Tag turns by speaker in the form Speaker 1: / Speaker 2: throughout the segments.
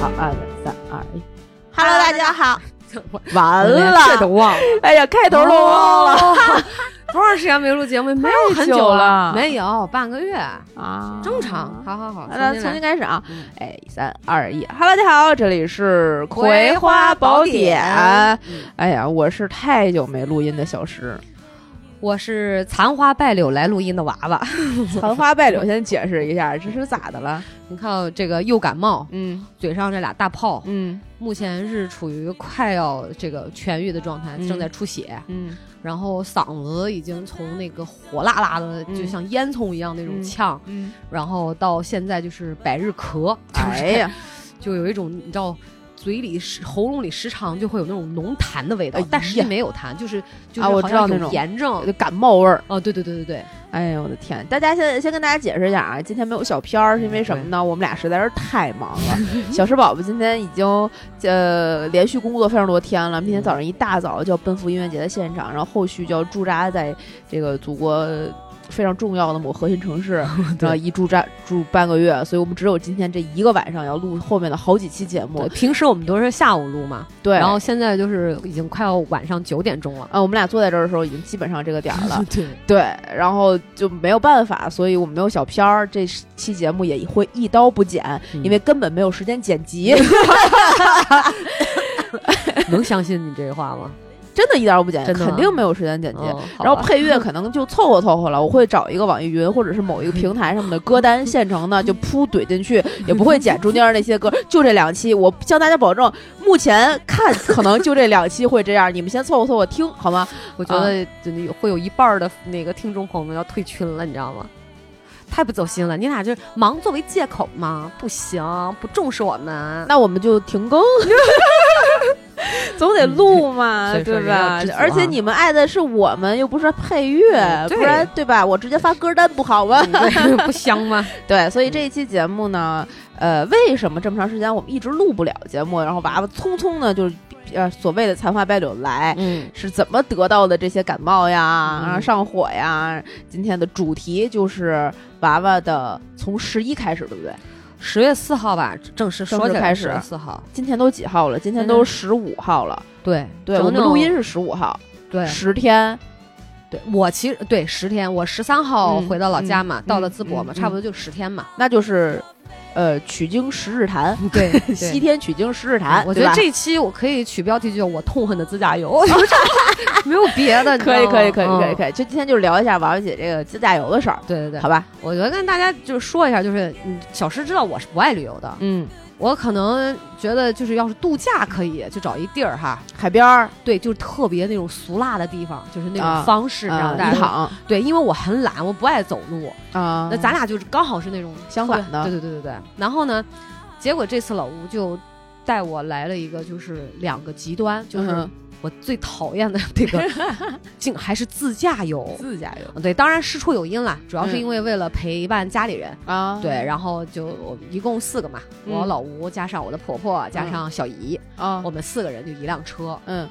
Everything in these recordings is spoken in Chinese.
Speaker 1: 好，二三二一，
Speaker 2: Hello，大家好。
Speaker 1: 完
Speaker 3: 连这都
Speaker 1: 了！
Speaker 3: 忘了，哦
Speaker 1: 哎呀，开头都忘了、
Speaker 3: 了。多长时间没录节目？没有很
Speaker 1: 久了
Speaker 3: 了，没有半个月，
Speaker 1: 啊
Speaker 3: 正常。。好好好，
Speaker 1: 那
Speaker 3: 重
Speaker 1: 重新
Speaker 3: 新来。
Speaker 1: 开始啊
Speaker 3: 嗯！
Speaker 1: 哎，三二一哈喽，大家好，这里是《葵
Speaker 3: 葵
Speaker 1: 花
Speaker 3: 花
Speaker 1: 宝
Speaker 3: 宝
Speaker 1: 典
Speaker 3: 典》。
Speaker 1: 哎呀，我是太久没录音的小石，
Speaker 3: 我是残花败柳来录音的娃娃，
Speaker 1: 残花败柳，先解释一下，这是咋的了？
Speaker 3: 你看我这个又感冒，
Speaker 1: 嗯
Speaker 3: 嘴上这俩大泡，
Speaker 1: 嗯
Speaker 3: 目前是处于快要这个痊愈的状态，
Speaker 1: 嗯
Speaker 3: 正在出血，
Speaker 1: 嗯，
Speaker 3: 然后嗓子已经从那个火辣辣的，
Speaker 1: 嗯
Speaker 3: 就像烟囱一样那种
Speaker 1: 嗯
Speaker 3: 呛，
Speaker 1: 嗯，
Speaker 3: 然后到现在就是百日咳，就是
Speaker 1: 哎呀，
Speaker 3: 就有一种你知道，嘴里时喉咙里时常就会有那种浓痰的味道，
Speaker 1: 哎呀
Speaker 3: 但实际没有痰，就是就是
Speaker 1: 啊我
Speaker 3: 好
Speaker 1: 知道
Speaker 3: 像
Speaker 1: 那
Speaker 3: 有
Speaker 1: 种
Speaker 3: 炎症
Speaker 1: 就感冒味儿。
Speaker 3: 哦，对对对对对，
Speaker 1: 哎呦我的天！大家先先跟大家解释一下啊，今天没有小片儿是因为什么呢？我们俩实在是太忙 了。小石宝宝今天已经呃连续工作非常多天了，明天早上一大早就要奔赴音乐节的现场，然后后续就要驻扎在这个祖国非常重要的某核心城 市，然后一驻扎住半个月，所以我们只有今天这一个晚上要录后面的好几期节目
Speaker 3: 对。平时我们都是下午录嘛，
Speaker 1: 对，
Speaker 3: 然后现在就是已经快要晚上九点钟 了，
Speaker 1: 啊，我们俩坐在这儿的时候已经基本上这个点儿了。
Speaker 3: 对，
Speaker 1: 对，然后就没有办法，所以我们没有小片儿，这期节目也会一刀不剪，
Speaker 3: 嗯
Speaker 1: 因为根本没有时间剪 辑，
Speaker 3: 能相信你这话 吗？
Speaker 1: 真的一刀不剪，
Speaker 3: 真的吗
Speaker 1: 肯定没有时间剪辑。
Speaker 3: 哦好
Speaker 1: 然后
Speaker 3: 吧
Speaker 1: 配乐可能就凑合凑合了，我会找一个网易云或者是某一个平台上面的歌单现成 的，就铺怼进去，也不会剪中间那些歌。就这两期，我向大家保证，目前看可能就这两期会这样，你们先凑合凑合听好吗？
Speaker 3: 我觉得真的有会有一半儿的那个听众朋友们要退群了，你知道吗？太不走心了，你俩就是忙作为借口嘛，不行，不重视我们。
Speaker 1: 那我们就停更， 总得录嘛，
Speaker 3: 嗯所以说
Speaker 1: 对
Speaker 3: 人要
Speaker 1: 吧
Speaker 3: 知足啊？
Speaker 1: 而且你们爱的是我们，又不是配乐，
Speaker 3: 嗯对
Speaker 1: 不然对吧？我直接发歌单不好吗？
Speaker 3: 嗯对不香吗？
Speaker 1: 对，所以
Speaker 3: 嗯
Speaker 1: 这一期节目呢，呃，为什么这么长时间我们一直录不了节目？然后娃娃匆匆呢，就是呃所谓的残花败柳来。
Speaker 3: 嗯，
Speaker 1: 是怎么得到的这些感冒呀、
Speaker 3: 嗯
Speaker 1: 然后上火呀？今天的主题就是娃娃的从十一开始，对不对？
Speaker 3: 十月四号吧，正式说
Speaker 1: 正式
Speaker 3: 起来
Speaker 1: 开始
Speaker 3: 十月四号，
Speaker 1: 今天都几号了？今天
Speaker 3: 今
Speaker 1: 都
Speaker 3: 天
Speaker 1: 十五号了。
Speaker 3: 对
Speaker 1: 对，
Speaker 3: 整
Speaker 1: 我们
Speaker 3: 整
Speaker 1: 录音是十五号，
Speaker 3: 对
Speaker 1: 十天，
Speaker 3: 对，我其实对十天，我十三号
Speaker 1: 嗯
Speaker 3: 回到老家嘛，
Speaker 1: 嗯
Speaker 3: 到了淄博嘛，
Speaker 1: 嗯嗯
Speaker 3: 差不多就十天嘛。
Speaker 1: 那就是呃取经十日谈，
Speaker 3: 嗯 对，
Speaker 1: 西天取经十日谈，
Speaker 3: 我觉
Speaker 1: 对
Speaker 3: 得
Speaker 1: 吧
Speaker 3: 这一期我可以取标题就叫“我痛恨的指甲油”， 没有别的，你知道
Speaker 1: 可以
Speaker 3: 吗
Speaker 1: 可以可以可以
Speaker 3: 嗯
Speaker 1: 可以，就今天就聊一下王姐这个自驾游的事儿，
Speaker 3: 对对对，
Speaker 1: 好吧？
Speaker 3: 我觉得跟大家就是说一下，就是嗯，小石知道我是不爱旅游的，
Speaker 1: 嗯，
Speaker 3: 我可能觉得就是要是度假可以，就找一地儿哈，
Speaker 1: 海边儿
Speaker 3: 对，就是特别那种俗辣的地方，就是那
Speaker 1: 啊
Speaker 3: 种方式，然
Speaker 1: 啊
Speaker 3: 后大
Speaker 1: 一
Speaker 3: 家
Speaker 1: 躺
Speaker 3: 对，因为我很懒，我不爱走路，
Speaker 1: 啊，
Speaker 3: 嗯那咱俩就是刚好是那种
Speaker 1: 相反的
Speaker 3: 对对对对对。然后呢，结果这次老吴就带我来了一个，就是两个极端，就是
Speaker 1: 嗯
Speaker 3: 我最讨厌的这个， 竟还是自驾游。
Speaker 1: 自驾游
Speaker 3: 对，当然事出有因啦，主要是
Speaker 1: 嗯
Speaker 3: 因为为了陪伴家里人。
Speaker 1: 啊，
Speaker 3: 对，然后就我一共四个嘛，
Speaker 1: 嗯
Speaker 3: 我老吴加上我的婆婆加上小姨，
Speaker 1: 啊
Speaker 3: 我，们四个人就一辆车。
Speaker 1: 嗯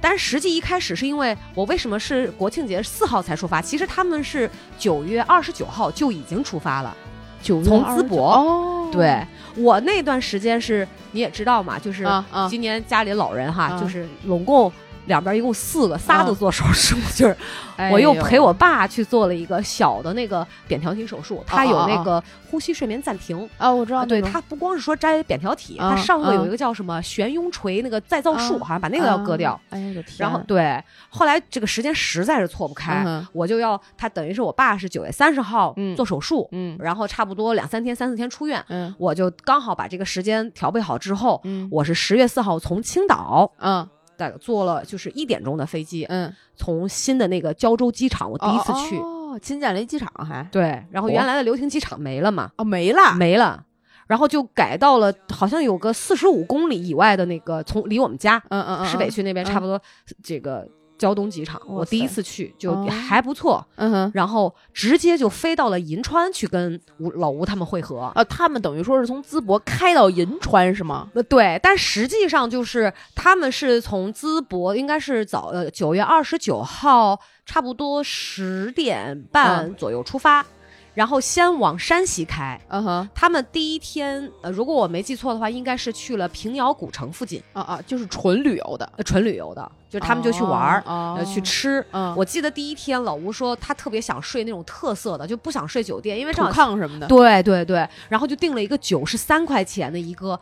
Speaker 3: 但实际一开始是因为我为什么是国庆节四号才出发？其实他们是九月二十九号就已经出发了。
Speaker 1: 九
Speaker 3: 从淄博
Speaker 1: 哦，
Speaker 3: 对我那段时间是，你也知道嘛，就是
Speaker 1: 啊啊
Speaker 3: 今年家里老人哈，
Speaker 1: 啊
Speaker 3: 就是拢共两边一共四个，仨
Speaker 1: 啊
Speaker 3: 都做手术， 就是
Speaker 1: 哎呦，
Speaker 3: 我又陪我爸去做了一个小的那个扁桃体手术，他有那个呼吸睡眠暂停。
Speaker 1: 啊，我知道
Speaker 3: 啊，对，
Speaker 1: 那种
Speaker 3: 他不光是说摘扁桃体，
Speaker 1: 啊
Speaker 3: 他上颚有
Speaker 1: 啊
Speaker 3: 一个叫什么悬雍垂那个再造术，
Speaker 1: 啊
Speaker 3: 好像把那个要割掉
Speaker 1: 啊。哎呦我的天，
Speaker 3: 然后对，后来这个时间实在是错不开，
Speaker 1: 嗯哼
Speaker 3: 我就要他等于是我爸是九月三十号
Speaker 1: 嗯
Speaker 3: 做手术，
Speaker 1: 嗯
Speaker 3: 然后差不多两三天、三四天出院，
Speaker 1: 嗯
Speaker 3: 我就刚好把这个时间调配好之后，
Speaker 1: 嗯
Speaker 3: 我是十月四号从青岛
Speaker 1: 嗯
Speaker 3: 大概坐了就是一点钟的飞机，
Speaker 1: 嗯，
Speaker 3: 从新的那个胶州机场，我第一次去，
Speaker 1: 哦，新建了一机场还
Speaker 3: 对，然后原来的流亭机场没了嘛，
Speaker 1: 哦没了，
Speaker 3: 没了。然后就改到了，好像有个四十五公里以外的那个，从离我们家
Speaker 1: 嗯嗯嗯，
Speaker 3: 市北区那边
Speaker 1: 嗯
Speaker 3: 差不多这个胶东机场，
Speaker 1: 哇
Speaker 3: 我第一
Speaker 1: 塞
Speaker 3: 次去就
Speaker 1: 哦
Speaker 3: 还不错，
Speaker 1: 嗯，嗯哼。
Speaker 3: 然后直接就飞到了银川去跟吴老吴他们会合。
Speaker 1: 呃，他们等于说是从淄博开到银川是吗？
Speaker 3: 呃对，但实际上就是他们是从淄博，应该是早呃九月二十九号，差不多十点半左右出发，然后先往山西开。
Speaker 1: 嗯哼，
Speaker 3: 他们第一天，呃，如果我没记错的话，应该是去了平遥古城附近，
Speaker 1: 啊啊，就是纯旅游的，
Speaker 3: 呃纯旅游的，就是他们就去玩儿，
Speaker 1: 哦
Speaker 3: 呃，去，吃。
Speaker 1: 哦嗯，
Speaker 3: 我记得第一天，老吴说他特别想睡那种特色的，就不想睡酒店，因为
Speaker 1: 土
Speaker 3: 正好
Speaker 1: 炕什么的，
Speaker 3: 对对对，然后就订了一个九十三块钱的一个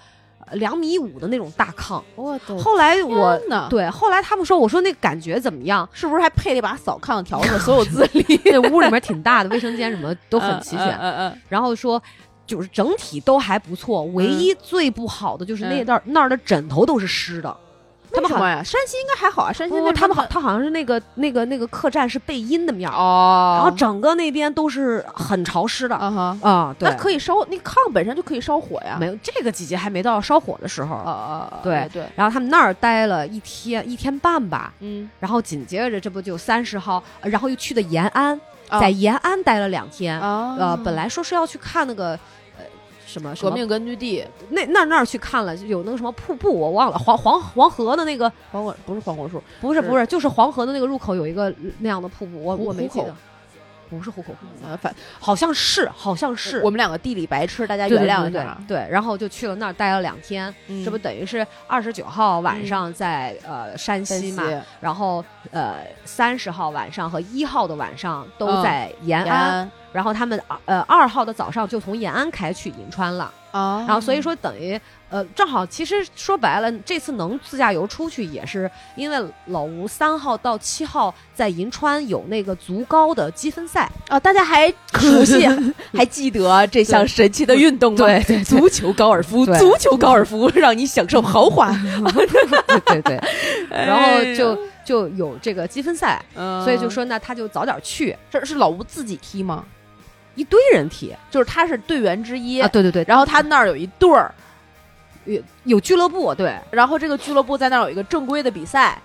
Speaker 3: 呃两米五的那种大炕。
Speaker 1: 我的
Speaker 3: 后来我
Speaker 1: 天呐，
Speaker 3: 对，后来他们说，我说那感觉怎么 样？
Speaker 1: 是不是还配了一把扫炕笤帚？所有资历
Speaker 3: 那屋里面挺大的，卫生间什么都很齐全。
Speaker 1: 嗯嗯
Speaker 3: 然后说，就是整体都还不错，唯一最不好的就是那
Speaker 1: 嗯
Speaker 3: 段、那儿的枕头都是湿的。他们
Speaker 1: 为什
Speaker 3: 好
Speaker 1: 么呀？山西应该还好啊，山西
Speaker 3: 不
Speaker 1: 那
Speaker 3: 不，他们好，
Speaker 1: 边
Speaker 3: 他好像是那个那个那个客栈是背阴的面儿，
Speaker 1: 哦，
Speaker 3: 然后整个那边都是很潮湿的啊、
Speaker 1: 啊哈，
Speaker 3: 对
Speaker 1: 那，可以烧，那炕本身就可以烧火呀
Speaker 3: 没，有这个季节还没到烧火的时候。
Speaker 1: 啊啊，
Speaker 3: 对
Speaker 1: 对，
Speaker 3: 然后他们那儿待了一天一天半吧，
Speaker 1: 嗯，
Speaker 3: 然后紧接着这不就三十号，呃然后又去的延安，
Speaker 1: 啊
Speaker 3: 在延安待了两天。
Speaker 1: 啊
Speaker 3: 呃，本来说是要去看那个呃什么什
Speaker 1: 革
Speaker 3: 么
Speaker 1: 命根据地，
Speaker 3: 那那那儿去看了，有那个什么瀑布，我忘了黄黄黄河的那个
Speaker 1: 黄果不是黄果树，
Speaker 3: 不是
Speaker 1: 是
Speaker 3: 不是，就是黄河的那个入口有一个那样的瀑布，我
Speaker 1: 壶
Speaker 3: 我没记
Speaker 1: 壶
Speaker 3: 得
Speaker 1: 口，
Speaker 3: 不是壶口瀑布，
Speaker 1: 呃，反
Speaker 3: 好像是好像嗯是
Speaker 1: 我们两个地理白痴，大家
Speaker 3: 对
Speaker 1: 原
Speaker 3: 对
Speaker 1: 谅
Speaker 3: 对
Speaker 1: 一
Speaker 3: 对
Speaker 1: 下啊，
Speaker 3: 对，然后就去了那儿待了两天，
Speaker 1: 嗯
Speaker 3: 这不等于是二十九号晚上在呃嗯山
Speaker 1: 山
Speaker 3: 西
Speaker 1: 西
Speaker 3: 嘛，然后呃三十号晚上和一号的晚上都
Speaker 1: 嗯
Speaker 3: 在延
Speaker 1: 延
Speaker 3: 安，
Speaker 1: 安
Speaker 3: 然后他们呃二号的早上就从延安开去银川了。
Speaker 1: 啊
Speaker 3: 然后所以说等于呃，正好其实说白了，这次能自驾游出去也是因为老吴三号到七号在银川有那个足高的积分赛，
Speaker 1: 啊，大家 还熟悉还记得这项神奇的运动吗？
Speaker 3: 对对对
Speaker 1: 足球、高尔夫，
Speaker 3: 对
Speaker 1: 足球、高尔 夫让你享受豪华，
Speaker 3: 对对对， 然
Speaker 1: 哎
Speaker 3: 后
Speaker 1: 呀
Speaker 3: 就就有这个积分赛，
Speaker 1: 嗯
Speaker 3: 所以就说那他就早点去，
Speaker 1: 这是老吴自己踢吗？
Speaker 3: 一堆人踢
Speaker 1: 就是他是队员之一，
Speaker 3: 啊，对对对，
Speaker 1: 然后他那儿有一队儿，
Speaker 3: 有有俱乐部，对
Speaker 1: 然后这个俱乐部在那儿有一个正规的比赛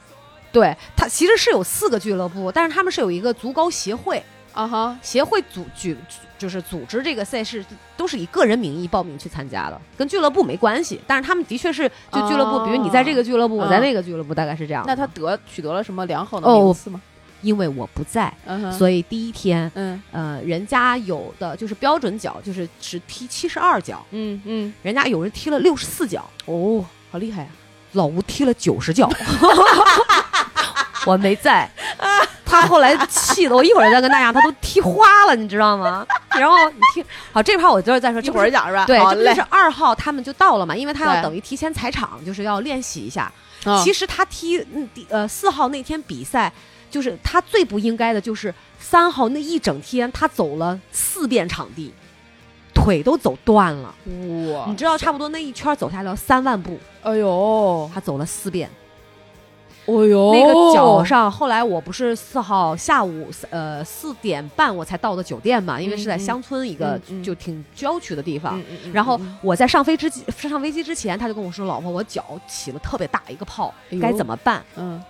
Speaker 3: 对，他其实是有四个俱乐部，但是他们是有一个足高协会，
Speaker 1: 啊哈，
Speaker 3: 协会组举就是组织这个赛事，都是以个人名义报名去参加的，跟俱乐部没关系。但是他们的确是就俱乐部，
Speaker 1: 哦
Speaker 3: 比如你在这个俱乐部，
Speaker 1: 嗯
Speaker 3: 我在那个俱乐部，大概是这样。
Speaker 1: 那他得取得了什么良好的
Speaker 3: 哦
Speaker 1: 名次吗？
Speaker 3: 因为我不在，
Speaker 1: 嗯哼，
Speaker 3: 所以第一天，
Speaker 1: 嗯
Speaker 3: 呃，人家有的就是标准脚，就是只踢七十二脚，
Speaker 1: 嗯嗯，
Speaker 3: 人家有人踢了六十四脚，
Speaker 1: 哦，好厉害呀！
Speaker 3: 老吴踢了九 十脚，我没在。他后来气的我一会儿再跟大家，他都踢花了，你知道吗？然后你听，好，这块我就是再说，
Speaker 1: 一
Speaker 3: 这不
Speaker 1: 会
Speaker 3: 是
Speaker 1: 儿讲是吧？
Speaker 3: 对，
Speaker 1: 好
Speaker 3: 这不就
Speaker 1: 嘞
Speaker 3: 是。二号他们就到了嘛，因为他要
Speaker 1: 对
Speaker 3: 等于提前踩场，就是要练习一下。
Speaker 1: 啊
Speaker 3: 其实他踢嗯第呃四号那天比赛，就是他最不应该的就是三号那一整天他走了四遍场地，腿都走断了。
Speaker 1: 哇
Speaker 3: 你知道，差不多那一圈走下来要三万步，
Speaker 1: 哎呦，
Speaker 3: 他走了四遍。
Speaker 1: 哎呦，
Speaker 3: 那个脚上，后来我不是四号下午呃四点半我才到的酒店嘛，因为是
Speaker 1: 嗯
Speaker 3: 在
Speaker 1: 嗯
Speaker 3: 乡村一个
Speaker 1: 嗯嗯
Speaker 3: 就挺郊区的地方。
Speaker 1: 嗯，嗯嗯
Speaker 3: 然后
Speaker 1: 嗯
Speaker 3: 我在上飞之际上飞机之前，他就跟我说：“老婆，我脚起了特别大一个泡
Speaker 1: 哎呦，
Speaker 3: 该怎么办
Speaker 1: 嗯，？”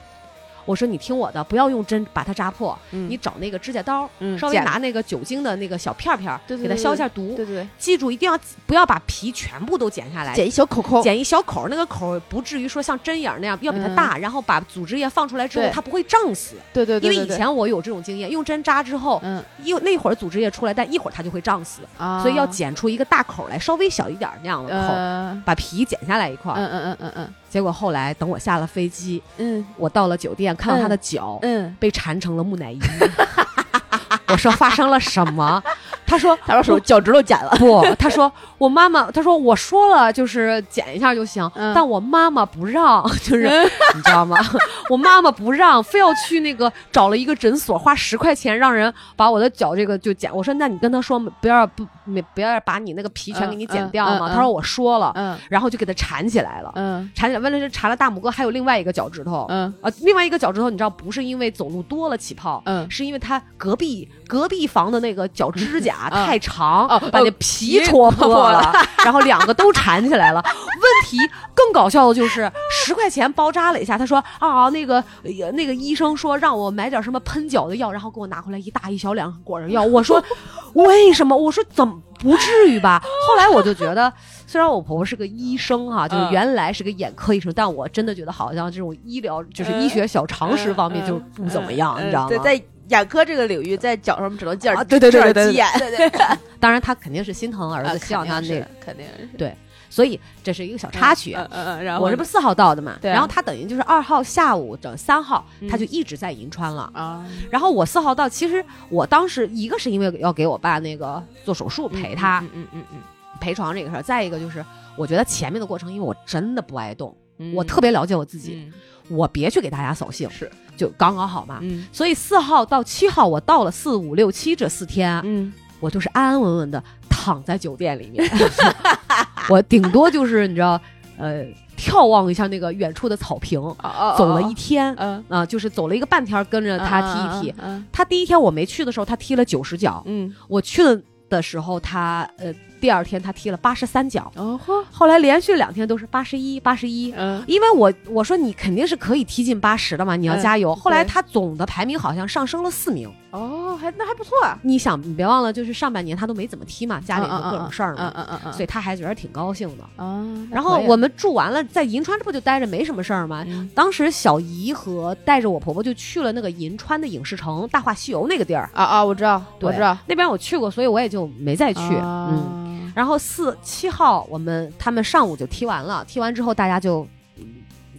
Speaker 3: 我说：“你听我的，不要用针把它扎破，
Speaker 1: 嗯
Speaker 3: 你找那个指甲刀，
Speaker 1: 嗯
Speaker 3: 稍微
Speaker 1: 剪
Speaker 3: 拿那个酒精的那个小片片儿，
Speaker 1: 对对
Speaker 3: 给它
Speaker 1: 对
Speaker 3: 消一下毒。
Speaker 1: 对对，
Speaker 3: 记住，一定要不要把皮全部都剪下来。”
Speaker 1: 剪一小口口，
Speaker 3: 剪一小口儿，那个口儿不至于说像针眼儿那样，要比它
Speaker 1: 嗯
Speaker 3: 大，然后把组织液放出来之后
Speaker 1: 对，
Speaker 3: 它不会胀死。
Speaker 1: 对对对，
Speaker 3: 因为以
Speaker 1: 对，
Speaker 3: 前我有这种经验，用针扎之后，
Speaker 1: 嗯
Speaker 3: 一那会儿组织液出来，但一会儿它就会胀死，
Speaker 1: 啊，
Speaker 3: 所以要剪出一个大口儿来，稍微小一点儿那样的口儿。
Speaker 1: 呃，
Speaker 3: 把皮剪下来一块儿。
Speaker 1: 嗯嗯嗯嗯嗯
Speaker 3: 结果后来等我下了飞机，
Speaker 1: 嗯
Speaker 3: 我到了酒店，看到他的脚、
Speaker 1: 嗯，
Speaker 3: 被缠成了木乃伊， 我说发生了什么？他说
Speaker 1: 他把手脚趾头剪了，
Speaker 3: 不，他说我妈妈，他说我说了就是剪一下就行，
Speaker 1: 嗯
Speaker 3: 但我妈妈不让， 就是、你知道吗？ 我妈妈不让，非要去那个找了一个诊所，花十块钱让人把我的脚这个就剪。我说那你跟他说不要不没不要把你那个皮全给你剪
Speaker 1: 嗯
Speaker 3: 掉
Speaker 1: 嗯嗯
Speaker 3: 嘛。他说我说了，
Speaker 1: 嗯
Speaker 3: 然后就给他缠起来了。
Speaker 1: 嗯
Speaker 3: 缠起来，问了是缠了大拇哥，还有另外一个脚趾头。
Speaker 1: 嗯
Speaker 3: 啊，另外一个脚趾头，你知道不是因为走路多了起泡，
Speaker 1: 嗯
Speaker 3: 是因为他隔壁隔壁房的那个脚指甲
Speaker 1: 嗯
Speaker 3: 太长，
Speaker 1: 哦
Speaker 3: 把
Speaker 1: 哦
Speaker 3: 那皮戳破了，然后两个都缠起来了。问题更搞笑的就是十块钱包扎了一下，他说啊，那个呃那个医生说让我买点什么喷脚的药，然后给我拿回来一大一小两果仁药。我说为什么？我说怎么不至于吧？后来我就觉得。虽然我婆婆是个医生哈、就是
Speaker 1: 嗯
Speaker 3: 原来是个眼科医生，但
Speaker 1: 嗯
Speaker 3: 我真的觉得好像这种医疗就是医学小常识方面就不怎么样，你知道吗？
Speaker 1: 对，在眼科这个领域在脚上只能见
Speaker 3: 啊对对对对对
Speaker 1: 鸡眼，对对，
Speaker 3: 当然他肯定是心疼儿子，希望他那，
Speaker 1: 呃肯定是
Speaker 3: 所以这是一个小插曲。
Speaker 1: 嗯嗯，然后
Speaker 3: 我这不是四号到的嘛，
Speaker 1: 对啊
Speaker 3: 然后他等于就是二号下午整三号，
Speaker 1: 嗯
Speaker 3: 他就一直在银川了。
Speaker 1: 啊，
Speaker 3: 然后我四号到，其实我当时一个是因为要给我爸那个做手术陪他
Speaker 1: 嗯嗯嗯嗯
Speaker 3: 陪床这个事儿，再一个就是我觉得前面的过程，因为我真的不爱动，
Speaker 1: 嗯，
Speaker 3: 我特别了解我自己，
Speaker 1: 嗯
Speaker 3: 我别去给大家扫兴，
Speaker 1: 是
Speaker 3: 就刚刚好嘛。
Speaker 1: 嗯
Speaker 3: 所以四号到七号，我到了四五六七这四天，
Speaker 1: 嗯
Speaker 3: 我就是安安稳稳的躺在酒店里面， 我顶多就是你知道，呃，眺望一下那个远处的草坪，
Speaker 1: 哦哦
Speaker 3: 走了一天啊、
Speaker 1: 嗯，
Speaker 3: 就是走了一个半天，跟着他踢一踢。
Speaker 1: 踢，嗯
Speaker 3: 他第一天我没去的时候，他踢了九十脚，
Speaker 1: 嗯，
Speaker 3: 我去了的时候，他呃第二天他踢了八十三脚，
Speaker 1: 哦嚯，
Speaker 3: 后来连续两天都是八十一、八十一。
Speaker 1: 嗯
Speaker 3: 因为我我说你肯定是可以踢进八十的嘛，你要
Speaker 1: 嗯
Speaker 3: 加油。后来
Speaker 1: 对
Speaker 3: 他总的排名好像上升了四名。
Speaker 1: 哦，还那还不错，
Speaker 3: 你想，你别忘了，就是上半年他都没怎么踢嘛，家里有各种事儿嘛，
Speaker 1: 嗯嗯嗯嗯，
Speaker 3: 所以他还觉得挺高兴的。
Speaker 1: 啊，
Speaker 3: 然后我们住完了，在银川这不就待着没什么事儿吗？
Speaker 1: 嗯
Speaker 3: 当时小姨和带着我婆婆就去了那个银川的影视城《大话西游》那个地儿，
Speaker 1: 啊啊，我知道，我
Speaker 3: 对
Speaker 1: 知道，
Speaker 3: 那边我去过，所以我也就没再去。嗯，
Speaker 1: 嗯
Speaker 3: 然后四七号我们他们上午就踢完了，踢完之后大家就、嗯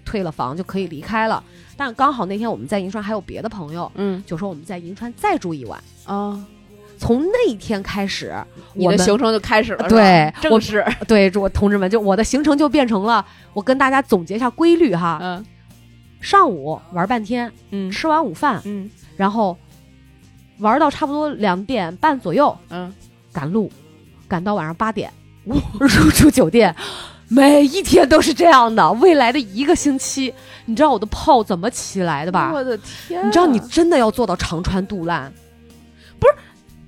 Speaker 3: 退了房就可以离开了。但刚好那天我们在银川还有别的朋友，
Speaker 1: 嗯
Speaker 3: 就说我们在银川再住一晚。
Speaker 1: 啊，
Speaker 3: 从那一天开始，
Speaker 1: 你
Speaker 3: 我
Speaker 1: 的
Speaker 3: 们
Speaker 1: 行程就开始了，
Speaker 3: 对
Speaker 1: 是吧正
Speaker 3: 我
Speaker 1: 式，
Speaker 3: 对我同志们，就我的行程就变成了，我跟大家总结一下规律哈：
Speaker 1: 嗯
Speaker 3: 上午玩半天，
Speaker 1: 嗯
Speaker 3: 吃完午饭，
Speaker 1: 嗯
Speaker 3: 然后玩到差不多两点半左右
Speaker 1: 嗯，
Speaker 3: 赶路，赶到晚上八点，入住酒店。每一天都是这样的，未来的一个星期，你知道我的泡怎么起来的吧？
Speaker 1: 我的天啊，
Speaker 3: 你知道你真的要做到长川肚烂，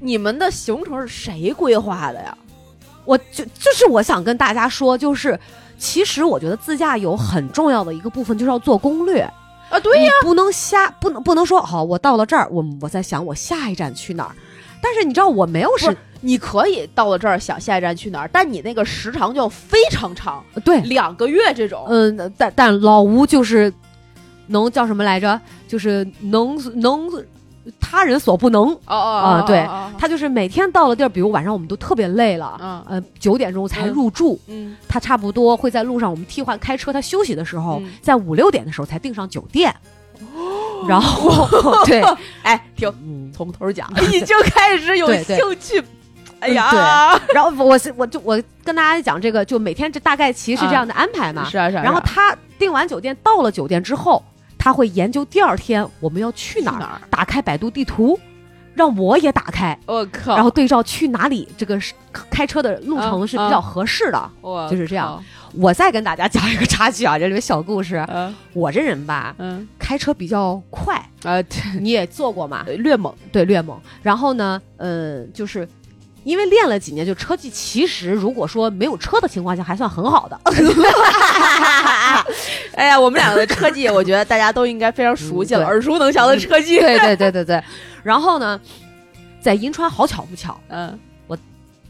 Speaker 1: 你们的行程是谁规划的呀？
Speaker 3: 我就就是我想跟大家说，就是其实我觉得自驾游很重要的一个部分就是要做攻略，
Speaker 1: 啊，对呀，
Speaker 3: 你 不能瞎，不能不能说好，我到了这儿，我我在想我下一站去哪儿。但是你知道我没有
Speaker 1: 是
Speaker 3: 是，
Speaker 1: 你可以到了这儿想下一站去哪儿，但你那个时长就非常长，
Speaker 3: 对，
Speaker 1: 两个月这种。
Speaker 3: 嗯，但但老吴就是能叫什么来着？就是能能他人所不能，
Speaker 1: 哦哦
Speaker 3: 啊对
Speaker 1: 他
Speaker 3: 他就是每天到了地儿，比如晚上我们都特别累了，
Speaker 1: 嗯
Speaker 3: 呃，九点钟才
Speaker 1: 嗯
Speaker 3: 入住，
Speaker 1: 嗯
Speaker 3: 他差不多会在路上我们替换开车，他休息的时候，
Speaker 1: 嗯
Speaker 3: 在五六点的时候才订上酒 店，然后对，
Speaker 1: 哎，停，
Speaker 3: 嗯，
Speaker 1: 从头 讲，哎已经开始有
Speaker 3: 对对
Speaker 1: 兴趣。哎
Speaker 3: 嗯
Speaker 1: 呀，
Speaker 3: 然后我是我就我跟大家讲这个，就每天这大概其实是这样的安排 嘛。
Speaker 1: 是啊是啊。
Speaker 3: 然后
Speaker 1: 是啊
Speaker 3: 他订完酒店，到了酒店之后，他会研究第二天我们要去哪儿，
Speaker 1: 去哪儿
Speaker 3: 打开百度地图，让我也打开，
Speaker 1: 我靠，
Speaker 3: 然后对照去哪里这个是开车的路
Speaker 1: 哦
Speaker 3: 程
Speaker 1: 嗯
Speaker 3: 是比较合适的。
Speaker 1: 我
Speaker 3: 就是这样我再跟大家讲一个插曲啊，这里面小故事
Speaker 1: 靠。。嗯
Speaker 3: 我这人吧，
Speaker 1: 嗯
Speaker 3: 开车比较快，
Speaker 1: 啊，
Speaker 3: 你也坐过嘛？
Speaker 1: 对 略猛。
Speaker 3: 对，略猛。然后呢，呃，就是因为练了几年，就车技其实如果说没有车的情况下，还算很好的。
Speaker 1: 哦哎呀，我们两个的车技，我觉得大家都应该非常熟悉了，
Speaker 3: 嗯对
Speaker 1: 耳熟能详的车技。
Speaker 3: 对对对对对。然后呢，在银川好巧不巧，
Speaker 1: 嗯，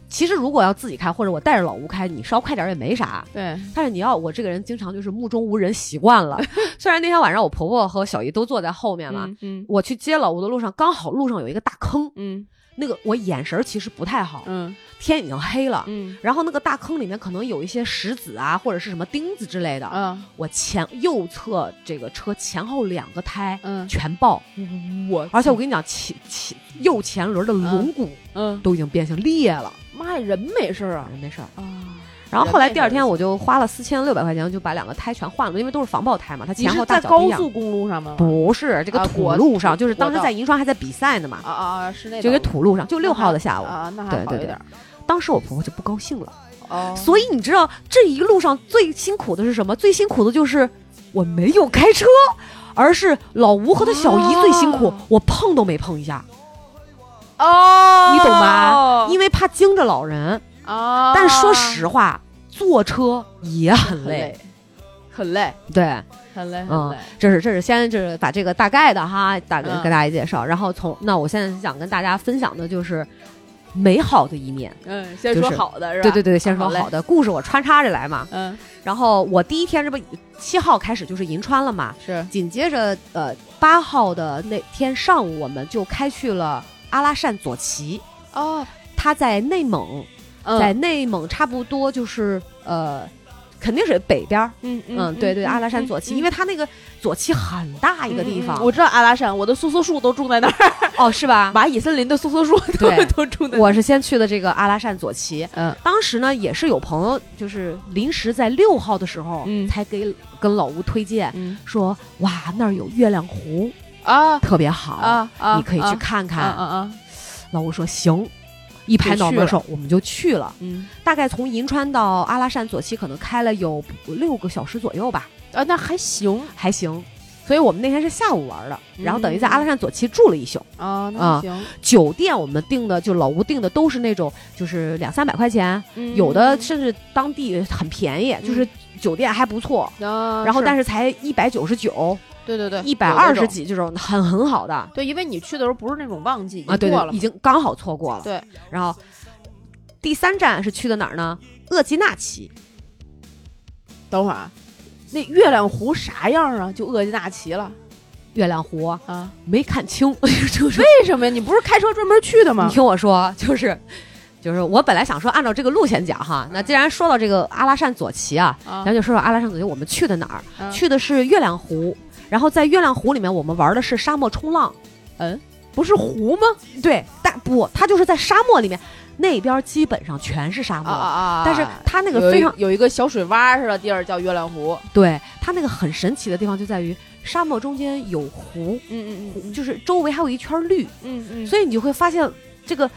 Speaker 3: 其实如果要自己开或者我带着老吴开，你稍快点儿也没啥。
Speaker 1: 对，
Speaker 3: 但是你要我这个人经常就是目中无人，习惯 了。虽然那天晚上我婆婆和小姨都坐在后面嘛，
Speaker 1: 嗯嗯
Speaker 3: 我去接老吴的路上，刚好路上有一个大坑，
Speaker 1: 嗯
Speaker 3: 那个我眼神儿其实不太好，
Speaker 1: 嗯
Speaker 3: 天已经黑了。
Speaker 1: 嗯
Speaker 3: 然后那个大坑里面可能有一些石子啊，或者是什么钉子之类的。
Speaker 1: 嗯
Speaker 3: 我前右侧这个车前后两个胎
Speaker 1: 嗯，
Speaker 3: 全爆，
Speaker 1: 我
Speaker 3: 而且我跟你讲，前前右前轮的轮毂
Speaker 1: 嗯，
Speaker 3: 都已经变形裂了。
Speaker 1: 妈呀，人没事儿啊
Speaker 3: 反正没事儿。
Speaker 1: 啊！
Speaker 3: 然后后来第二天我就花了四千六百块钱就把两个胎全换了，因为都是防爆胎嘛，它
Speaker 1: 你
Speaker 3: 前后
Speaker 1: 是
Speaker 3: 大
Speaker 1: 在
Speaker 3: 小不
Speaker 1: 高
Speaker 3: 一样。
Speaker 1: 速公路上吗？
Speaker 3: 不是这个
Speaker 1: 啊
Speaker 3: 土
Speaker 1: 国
Speaker 3: 路上，就是
Speaker 1: 国
Speaker 3: 当时
Speaker 1: 道
Speaker 3: 在银川还在比赛呢嘛，
Speaker 1: 啊啊啊，是那
Speaker 3: 就
Speaker 1: 种
Speaker 3: 一个土路上，就
Speaker 1: 那
Speaker 3: 六号的
Speaker 1: 还
Speaker 3: 下午。
Speaker 1: 啊，那还
Speaker 3: 对
Speaker 1: 好
Speaker 3: 对
Speaker 1: 一
Speaker 3: 对
Speaker 1: 点儿。
Speaker 3: 当时我婆婆就不高兴了。
Speaker 1: 哦，
Speaker 3: 所以你知道这一路上最辛苦的是什么？最辛苦的就是我没有开车，而是老吴和他小姨最辛苦
Speaker 1: 啊，
Speaker 3: 我碰都没碰一下，
Speaker 1: 哦，
Speaker 3: 你懂吧？因
Speaker 1: 为
Speaker 3: 为怕惊着老人。
Speaker 1: 啊，
Speaker 3: 但说实话，坐车也很累。，
Speaker 1: 很累，
Speaker 3: 对，
Speaker 1: 很累，很
Speaker 3: 嗯
Speaker 1: 累。，
Speaker 3: 这是这是先就是把这个大概的哈，大概
Speaker 1: 嗯
Speaker 3: 跟大家介绍，然后从那我现在想跟大家分享的就是。美好的一面。
Speaker 1: 嗯，先
Speaker 3: 就
Speaker 1: 说
Speaker 3: 是
Speaker 1: 好的是吧？
Speaker 3: 对对对，先说
Speaker 1: 好嘞
Speaker 3: 好的故事，我穿插着来嘛。
Speaker 1: 嗯，
Speaker 3: 然后我第一天这不七号开始就是银川了嘛，
Speaker 1: 是
Speaker 3: 紧接着呃八号的那天上午，我们就开去了阿拉善左旗，
Speaker 1: 哦，
Speaker 3: 它在内蒙，在
Speaker 1: 嗯
Speaker 3: 内蒙差不多就是呃。肯定是北边儿，
Speaker 1: 嗯嗯
Speaker 3: 嗯，对对，阿拉善左旗，因为它那个左旗很大一个地方，
Speaker 1: 我知道阿拉善，我的梭梭树都种在那 儿，
Speaker 3: 哦，是吧？
Speaker 1: 蚂蚁森林的梭梭树
Speaker 3: 对
Speaker 1: 都都种在那儿。
Speaker 3: 我是先去的这个阿拉善左旗，
Speaker 1: 嗯
Speaker 3: 当时呢也是有朋友就是临时在六号的时候，
Speaker 1: 嗯
Speaker 3: 才给跟老吴推荐，
Speaker 1: 嗯
Speaker 3: 说哇那儿有月亮湖，
Speaker 1: 啊
Speaker 3: 特别好，
Speaker 1: 啊啊，
Speaker 3: 你可以去看
Speaker 1: 啊
Speaker 3: 看。
Speaker 1: 啊啊，
Speaker 3: 老吴说行，一拍脑门儿说我们就去了。
Speaker 1: 嗯
Speaker 3: 大概从银川到阿拉善左旗可能开了有六个小时左右吧，
Speaker 1: 啊，那还行
Speaker 3: 还行。所以我们那天是下午玩的，然后等于在阿
Speaker 1: 嗯
Speaker 3: 拉善左旗住了一宿。
Speaker 1: 啊，
Speaker 3: 啊
Speaker 1: 那行，
Speaker 3: 酒店我们订的，就老吴订的都是那种，就是两三百块钱，
Speaker 1: 嗯
Speaker 3: 有的甚至当地很便宜，就是酒店还不错，
Speaker 1: 啊，
Speaker 3: 然后
Speaker 1: 是
Speaker 3: 但是才一百九十九、
Speaker 1: 对对对，
Speaker 3: 一百
Speaker 1: 有那
Speaker 3: 二十
Speaker 1: 种。
Speaker 3: 几这种，很很好的
Speaker 1: 对，因为你去的时候不是那种旺季，已
Speaker 3: 啊，
Speaker 1: 经
Speaker 3: 对
Speaker 1: 过
Speaker 3: 对，
Speaker 1: 了
Speaker 3: 已。经刚好错过了。
Speaker 1: 对，
Speaker 3: 然后第三站是去的哪儿呢？鄂济纳旗。
Speaker 1: 等会儿啊，那月亮湖啥样啊？就鄂济纳旗了
Speaker 3: 月亮湖
Speaker 1: 啊？
Speaker 3: 没 看清，就是
Speaker 1: 为什么呀？你不是开车专门去的
Speaker 3: 你
Speaker 1: 吗？
Speaker 3: 听我说，就是就是我本来想说按照这个路线讲哈，
Speaker 1: 嗯
Speaker 3: 那既然说到这个阿拉善左旗啊，
Speaker 1: 啊
Speaker 3: 咱就说说阿拉善左旗我们去的哪儿？
Speaker 1: 啊
Speaker 3: 去的是月亮湖，然后在月亮湖里面我们玩的是沙漠冲浪，
Speaker 1: 嗯，不是湖吗？
Speaker 3: 对，但不，它就是在沙漠里面，那边基本上全是沙
Speaker 1: 啊
Speaker 3: 漠，
Speaker 1: 啊啊！
Speaker 3: 但是它那
Speaker 1: 那
Speaker 3: 个非常
Speaker 1: 有一个小水洼似的地儿叫月亮湖。
Speaker 3: 对它那个很神奇的地方就在于沙漠中间有湖，
Speaker 1: 嗯
Speaker 3: 湖就是周围还有一圈绿，
Speaker 1: 嗯嗯
Speaker 3: 所以你就会发现这个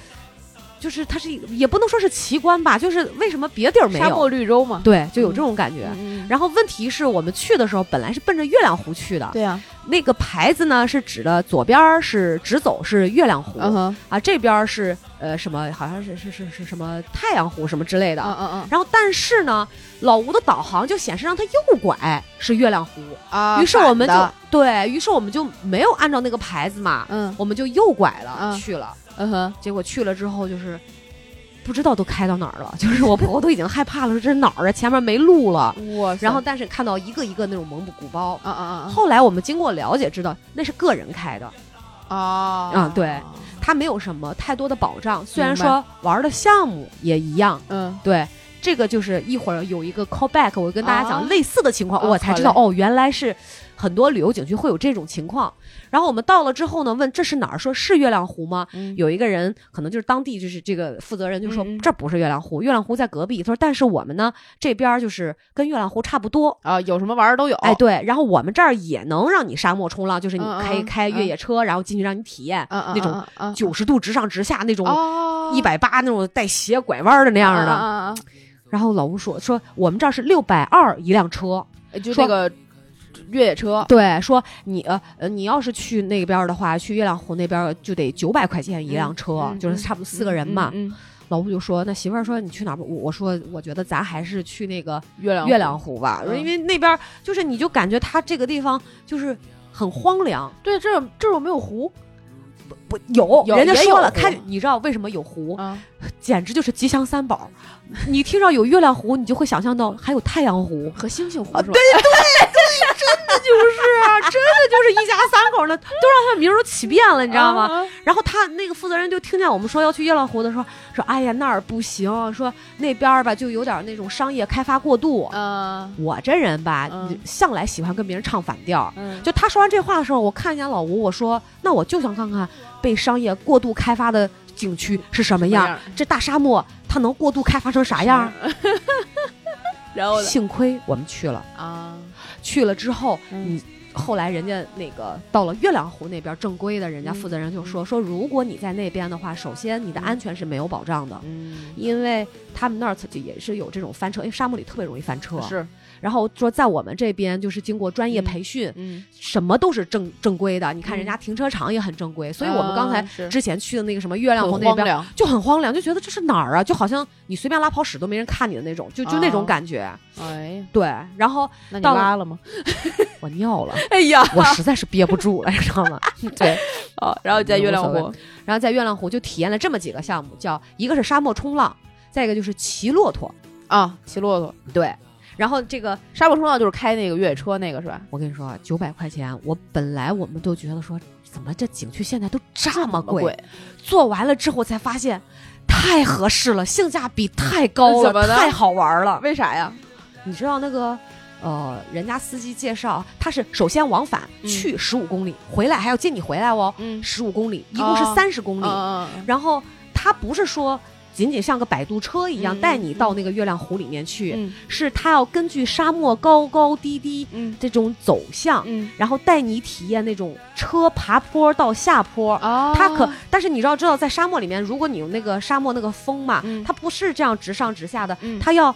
Speaker 3: 就是它是一也不能说是奇观吧，就是为什么别地儿没
Speaker 1: 沙漠
Speaker 3: 有？
Speaker 1: 绿洲嘛。
Speaker 3: 对，就有这种感觉。
Speaker 1: 嗯嗯
Speaker 3: 然后问题是我们去的时候本来是奔着月亮湖去的，
Speaker 1: 对啊呀，
Speaker 3: 那个牌子呢是指的左边儿是直走是月亮湖、
Speaker 1: 嗯哼，
Speaker 3: 啊，这边儿是呃什么好像是是是是什么太阳湖什么之类的。
Speaker 1: 嗯嗯
Speaker 3: 然后但是呢，老吴的导航就显示让他右拐是月亮湖，
Speaker 1: 嗯啊
Speaker 3: 于是我们就
Speaker 1: 反的
Speaker 3: 对于是我们就没有按照那个牌子嘛，
Speaker 1: 嗯
Speaker 3: 我们就右拐了、
Speaker 1: 嗯
Speaker 3: 去了。
Speaker 1: 嗯哼，
Speaker 3: 结果去了之后就是不知道都开到哪儿了， 就是我我都已经害怕了，说这是哪儿啊？前面没路了。
Speaker 1: 哇塞！
Speaker 3: 然后但是看到一个一个那种蒙古包。
Speaker 1: 啊啊
Speaker 3: 后来我们经过了解，知道那是个人开的，
Speaker 1: 啊啊
Speaker 3: 啊对它没有什么太多的保障。虽然
Speaker 1: 明白
Speaker 3: 说玩的项目也一样，
Speaker 1: 嗯
Speaker 3: 对，这个就是一会儿有一个 callback，我跟大家
Speaker 1: 啊
Speaker 3: 讲类似的情况，
Speaker 1: 啊
Speaker 3: 我才知道
Speaker 1: 好
Speaker 3: 哦，原来是很多旅游景区会有这种情况。然后我们到了之后呢，问这是哪儿？说是月亮湖吗？
Speaker 1: 嗯
Speaker 3: 有一个人可能就是当地就是这个负责人就说、
Speaker 1: 嗯嗯
Speaker 3: 这不是月亮湖，月亮湖在隔壁。他说但是我们呢这边儿就是跟月亮湖差不多。
Speaker 1: 啊，有什么玩儿都有。
Speaker 3: 哎，对，然后我们这儿也能让你沙漠冲浪，就是你
Speaker 1: 嗯嗯
Speaker 3: 可以
Speaker 1: 嗯
Speaker 3: 开越野车，然后进去让你体验
Speaker 1: 嗯，嗯
Speaker 3: 那种
Speaker 1: 嗯嗯
Speaker 3: 九十度直上直下那种
Speaker 1: 哦嗯
Speaker 3: 一百八那种带斜拐弯儿的那
Speaker 1: 这
Speaker 3: 样的。
Speaker 1: 的，
Speaker 3: 然后老吴说说我们这儿是六百二一辆车，
Speaker 1: 哎就
Speaker 3: 说
Speaker 1: 那个越野车
Speaker 3: 对，说你呃呃你要是去那边儿的话，去月亮湖那边儿就得九百块钱一辆车，
Speaker 1: 嗯嗯
Speaker 3: 就是差不多四个人嘛。
Speaker 1: 嗯，嗯
Speaker 3: 老吴就说那媳妇儿说你去哪儿吧？我我说我觉得咱还是去那个
Speaker 1: 嗯月亮
Speaker 3: 月亮湖吧，
Speaker 1: 嗯
Speaker 3: 因为那边儿就是你就感觉它这个地方就是很荒凉，
Speaker 1: 对，这这有没有湖
Speaker 3: 不有
Speaker 1: 有
Speaker 3: 人家
Speaker 1: 也
Speaker 3: 说
Speaker 1: 有
Speaker 3: 了，
Speaker 1: 湖
Speaker 3: 看你知道为什么有湖，
Speaker 1: 啊？
Speaker 3: 简直就是吉祥三宝。你听到有月亮湖，你就会想象到还有太阳湖。
Speaker 1: 和星星湖
Speaker 3: 啊
Speaker 1: 是吧？
Speaker 3: 就是啊， 真的就是一家三口呢，都让他名儿都起遍了，你知道吗？
Speaker 1: 啊？
Speaker 3: 然后他那个负责人就听见我们说要去月亮湖的时候，说哎呀那儿不行，说那边儿吧就有点那种商业开发过度。
Speaker 1: 啊，
Speaker 3: 我这人吧，
Speaker 1: 嗯
Speaker 3: 你向来喜欢跟别人唱反调。
Speaker 1: 嗯，
Speaker 3: 就他说完这话的时候，我看一眼老吴，我说那我就想看看被商业过度开发的景区是什么样，
Speaker 1: 样
Speaker 3: 这大沙漠它能过度开发成啥样？？
Speaker 1: 然 后呢？
Speaker 3: 幸亏我们去了，
Speaker 1: 啊，
Speaker 3: 去了之后
Speaker 1: 嗯
Speaker 3: 你后来人家那个到了月亮湖那边正规的，人家
Speaker 1: 嗯
Speaker 3: 负责人就说、说，如果你在那边的话，首先你的安全是没有保障的，
Speaker 1: 嗯
Speaker 3: 因为他们那儿就也是有这种翻车，因为沙漠里特别容易翻车。
Speaker 1: 是，
Speaker 3: 然后说在我们这边就是经过专业
Speaker 1: 嗯
Speaker 3: 培训，
Speaker 1: 嗯，
Speaker 3: 什么都是正正规的。你看
Speaker 1: 嗯
Speaker 3: 人家停车场也很正规，所以我们刚才
Speaker 1: 啊是
Speaker 3: 之前去的那个什么月亮
Speaker 1: 很
Speaker 3: 湖那
Speaker 1: 荒
Speaker 3: 边
Speaker 1: 凉，
Speaker 3: 就很荒凉，就觉得这是哪儿啊？就好像你随便拉泡屎都没人看你的那种，就就那种
Speaker 1: 啊
Speaker 3: 感觉。
Speaker 1: 哎呀，
Speaker 3: 对，然后
Speaker 1: 那你
Speaker 3: 到了
Speaker 1: 拉 了吗？
Speaker 3: 我尿了，
Speaker 1: 哎呀，
Speaker 3: 我实在是憋不住了，你知道吗？对，
Speaker 1: 哦，然后在月亮
Speaker 3: 无所
Speaker 1: 湖，
Speaker 3: 然后在月亮湖就体验了这么几个项目，叫一个是沙漠冲浪，再一个就是骑骆驼，
Speaker 1: 啊，骑骆驼，
Speaker 3: 对。然后这个，
Speaker 1: 沙漠冲浪就是开那个越野车那个是吧？
Speaker 3: 我跟你说啊，九百块钱，我本来我们都觉得说，怎么这景区现在都这么贵？
Speaker 1: 贵，
Speaker 3: 做完了之后才发现，太合适了，性价比太高
Speaker 1: 怎么
Speaker 3: 了，
Speaker 1: 呢
Speaker 3: 太好玩了。
Speaker 1: 为啥呀？
Speaker 3: 你知道那个，呃，人家司机介绍，他是首先往返
Speaker 1: 嗯
Speaker 3: 去十五公里，回来还要接你回来哦，
Speaker 1: 嗯，
Speaker 3: 十五公里，一共是
Speaker 1: 哦
Speaker 3: 三十公里。
Speaker 1: 嗯嗯
Speaker 3: 然后他不是说仅仅像个摆渡车一样
Speaker 1: 嗯
Speaker 3: 带你到那个月亮湖里面去，
Speaker 1: 嗯
Speaker 3: 是他要根据沙漠高高低低
Speaker 1: 嗯
Speaker 3: 这种走向，
Speaker 1: 嗯，
Speaker 3: 然后带你体验那种车爬坡到下坡。
Speaker 1: 哦，
Speaker 3: 它可，但是你知道，知道在沙漠里面，如果你有那个沙漠那个风嘛，
Speaker 1: 嗯
Speaker 3: 它不是这样直上直下的，
Speaker 1: 嗯
Speaker 3: 它要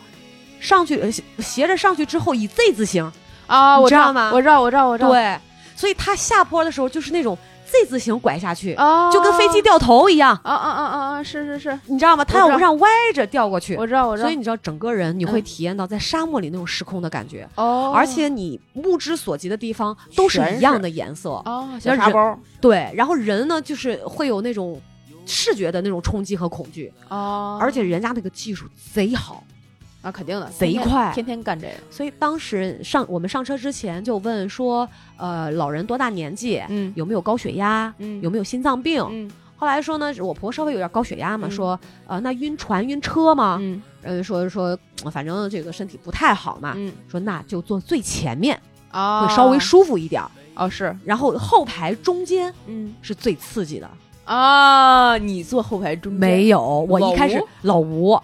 Speaker 3: 上去呃斜斜着上去之后以 Z 字形，
Speaker 1: 啊，
Speaker 3: 你
Speaker 1: 我
Speaker 3: 知道吗
Speaker 1: 我知道，我知道，我知道，
Speaker 3: 对，所以它下坡的时候就是那种 Z 字形拐下去，
Speaker 1: 啊，
Speaker 3: 就跟飞机，掉头一样，
Speaker 1: 啊啊啊啊啊，是是是，
Speaker 3: 你知道吗？它
Speaker 1: 我知道
Speaker 3: 要让歪着掉过去。
Speaker 1: 我知道，我知道
Speaker 3: 所以，你知道，整个人你会
Speaker 1: 嗯
Speaker 3: 体验到在沙漠里那种失控的感觉，
Speaker 1: 哦，
Speaker 3: 而且你目之所及的地方都是
Speaker 1: 全
Speaker 3: 一样
Speaker 1: 是
Speaker 3: 的颜色，
Speaker 1: 哦，小
Speaker 3: 要
Speaker 1: 茶
Speaker 3: 忍
Speaker 1: 包，
Speaker 3: 对。然后人呢，就是会有那种视觉的那种冲击和恐惧，
Speaker 1: 哦，
Speaker 3: 而且人家那个技术贼好，
Speaker 1: 啊，肯定的，
Speaker 3: 贼
Speaker 1: 天天
Speaker 3: 快
Speaker 1: 天天干这个，
Speaker 3: 所以当时上我们上车之前就问说，呃，老人多大年纪，
Speaker 1: 嗯
Speaker 3: 有没有高血压，
Speaker 1: 嗯
Speaker 3: 有没有心脏病？
Speaker 1: 嗯
Speaker 3: 后来说呢，我婆稍微有点高血压嘛，
Speaker 1: 嗯
Speaker 3: 说，呃，那晕船晕车吗？
Speaker 1: 嗯
Speaker 3: 嗯、说说，呃反正这个身体不太好嘛，
Speaker 1: 嗯
Speaker 3: 说那就坐最前面
Speaker 1: 啊，
Speaker 3: 会稍微舒服一点儿，
Speaker 1: 哦是，
Speaker 3: 然后后排中间
Speaker 1: 嗯
Speaker 3: 是最刺激的。
Speaker 1: 啊，你坐后排中间
Speaker 3: 没有，我
Speaker 1: 老
Speaker 3: 一开始
Speaker 1: 吴
Speaker 3: 老吴，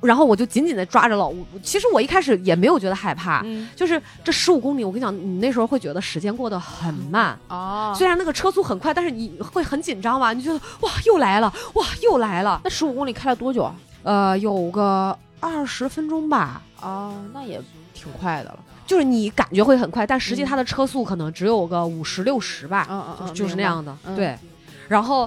Speaker 3: 然后我就紧紧的抓着老吴，其实我一开始也没有觉得害怕。
Speaker 1: 嗯
Speaker 3: 就是这十五公里，我跟你讲，你那时候会觉得时间过得很慢。
Speaker 1: 啊，
Speaker 3: 虽然那个车速很快，但是你会很紧张嘛？你就觉得哇，又来了，哇，又来了。
Speaker 1: 那十五公里开了多久啊？
Speaker 3: 呃，有个二十分钟吧，
Speaker 1: 啊，那也挺快的了，
Speaker 3: 就是你感觉会很快，但实际
Speaker 1: 嗯
Speaker 3: 它的车速可能只有个五十六十吧，
Speaker 1: 嗯嗯嗯，
Speaker 3: 就是
Speaker 1: 明白，
Speaker 3: 那样的。
Speaker 1: 嗯
Speaker 3: 对，然后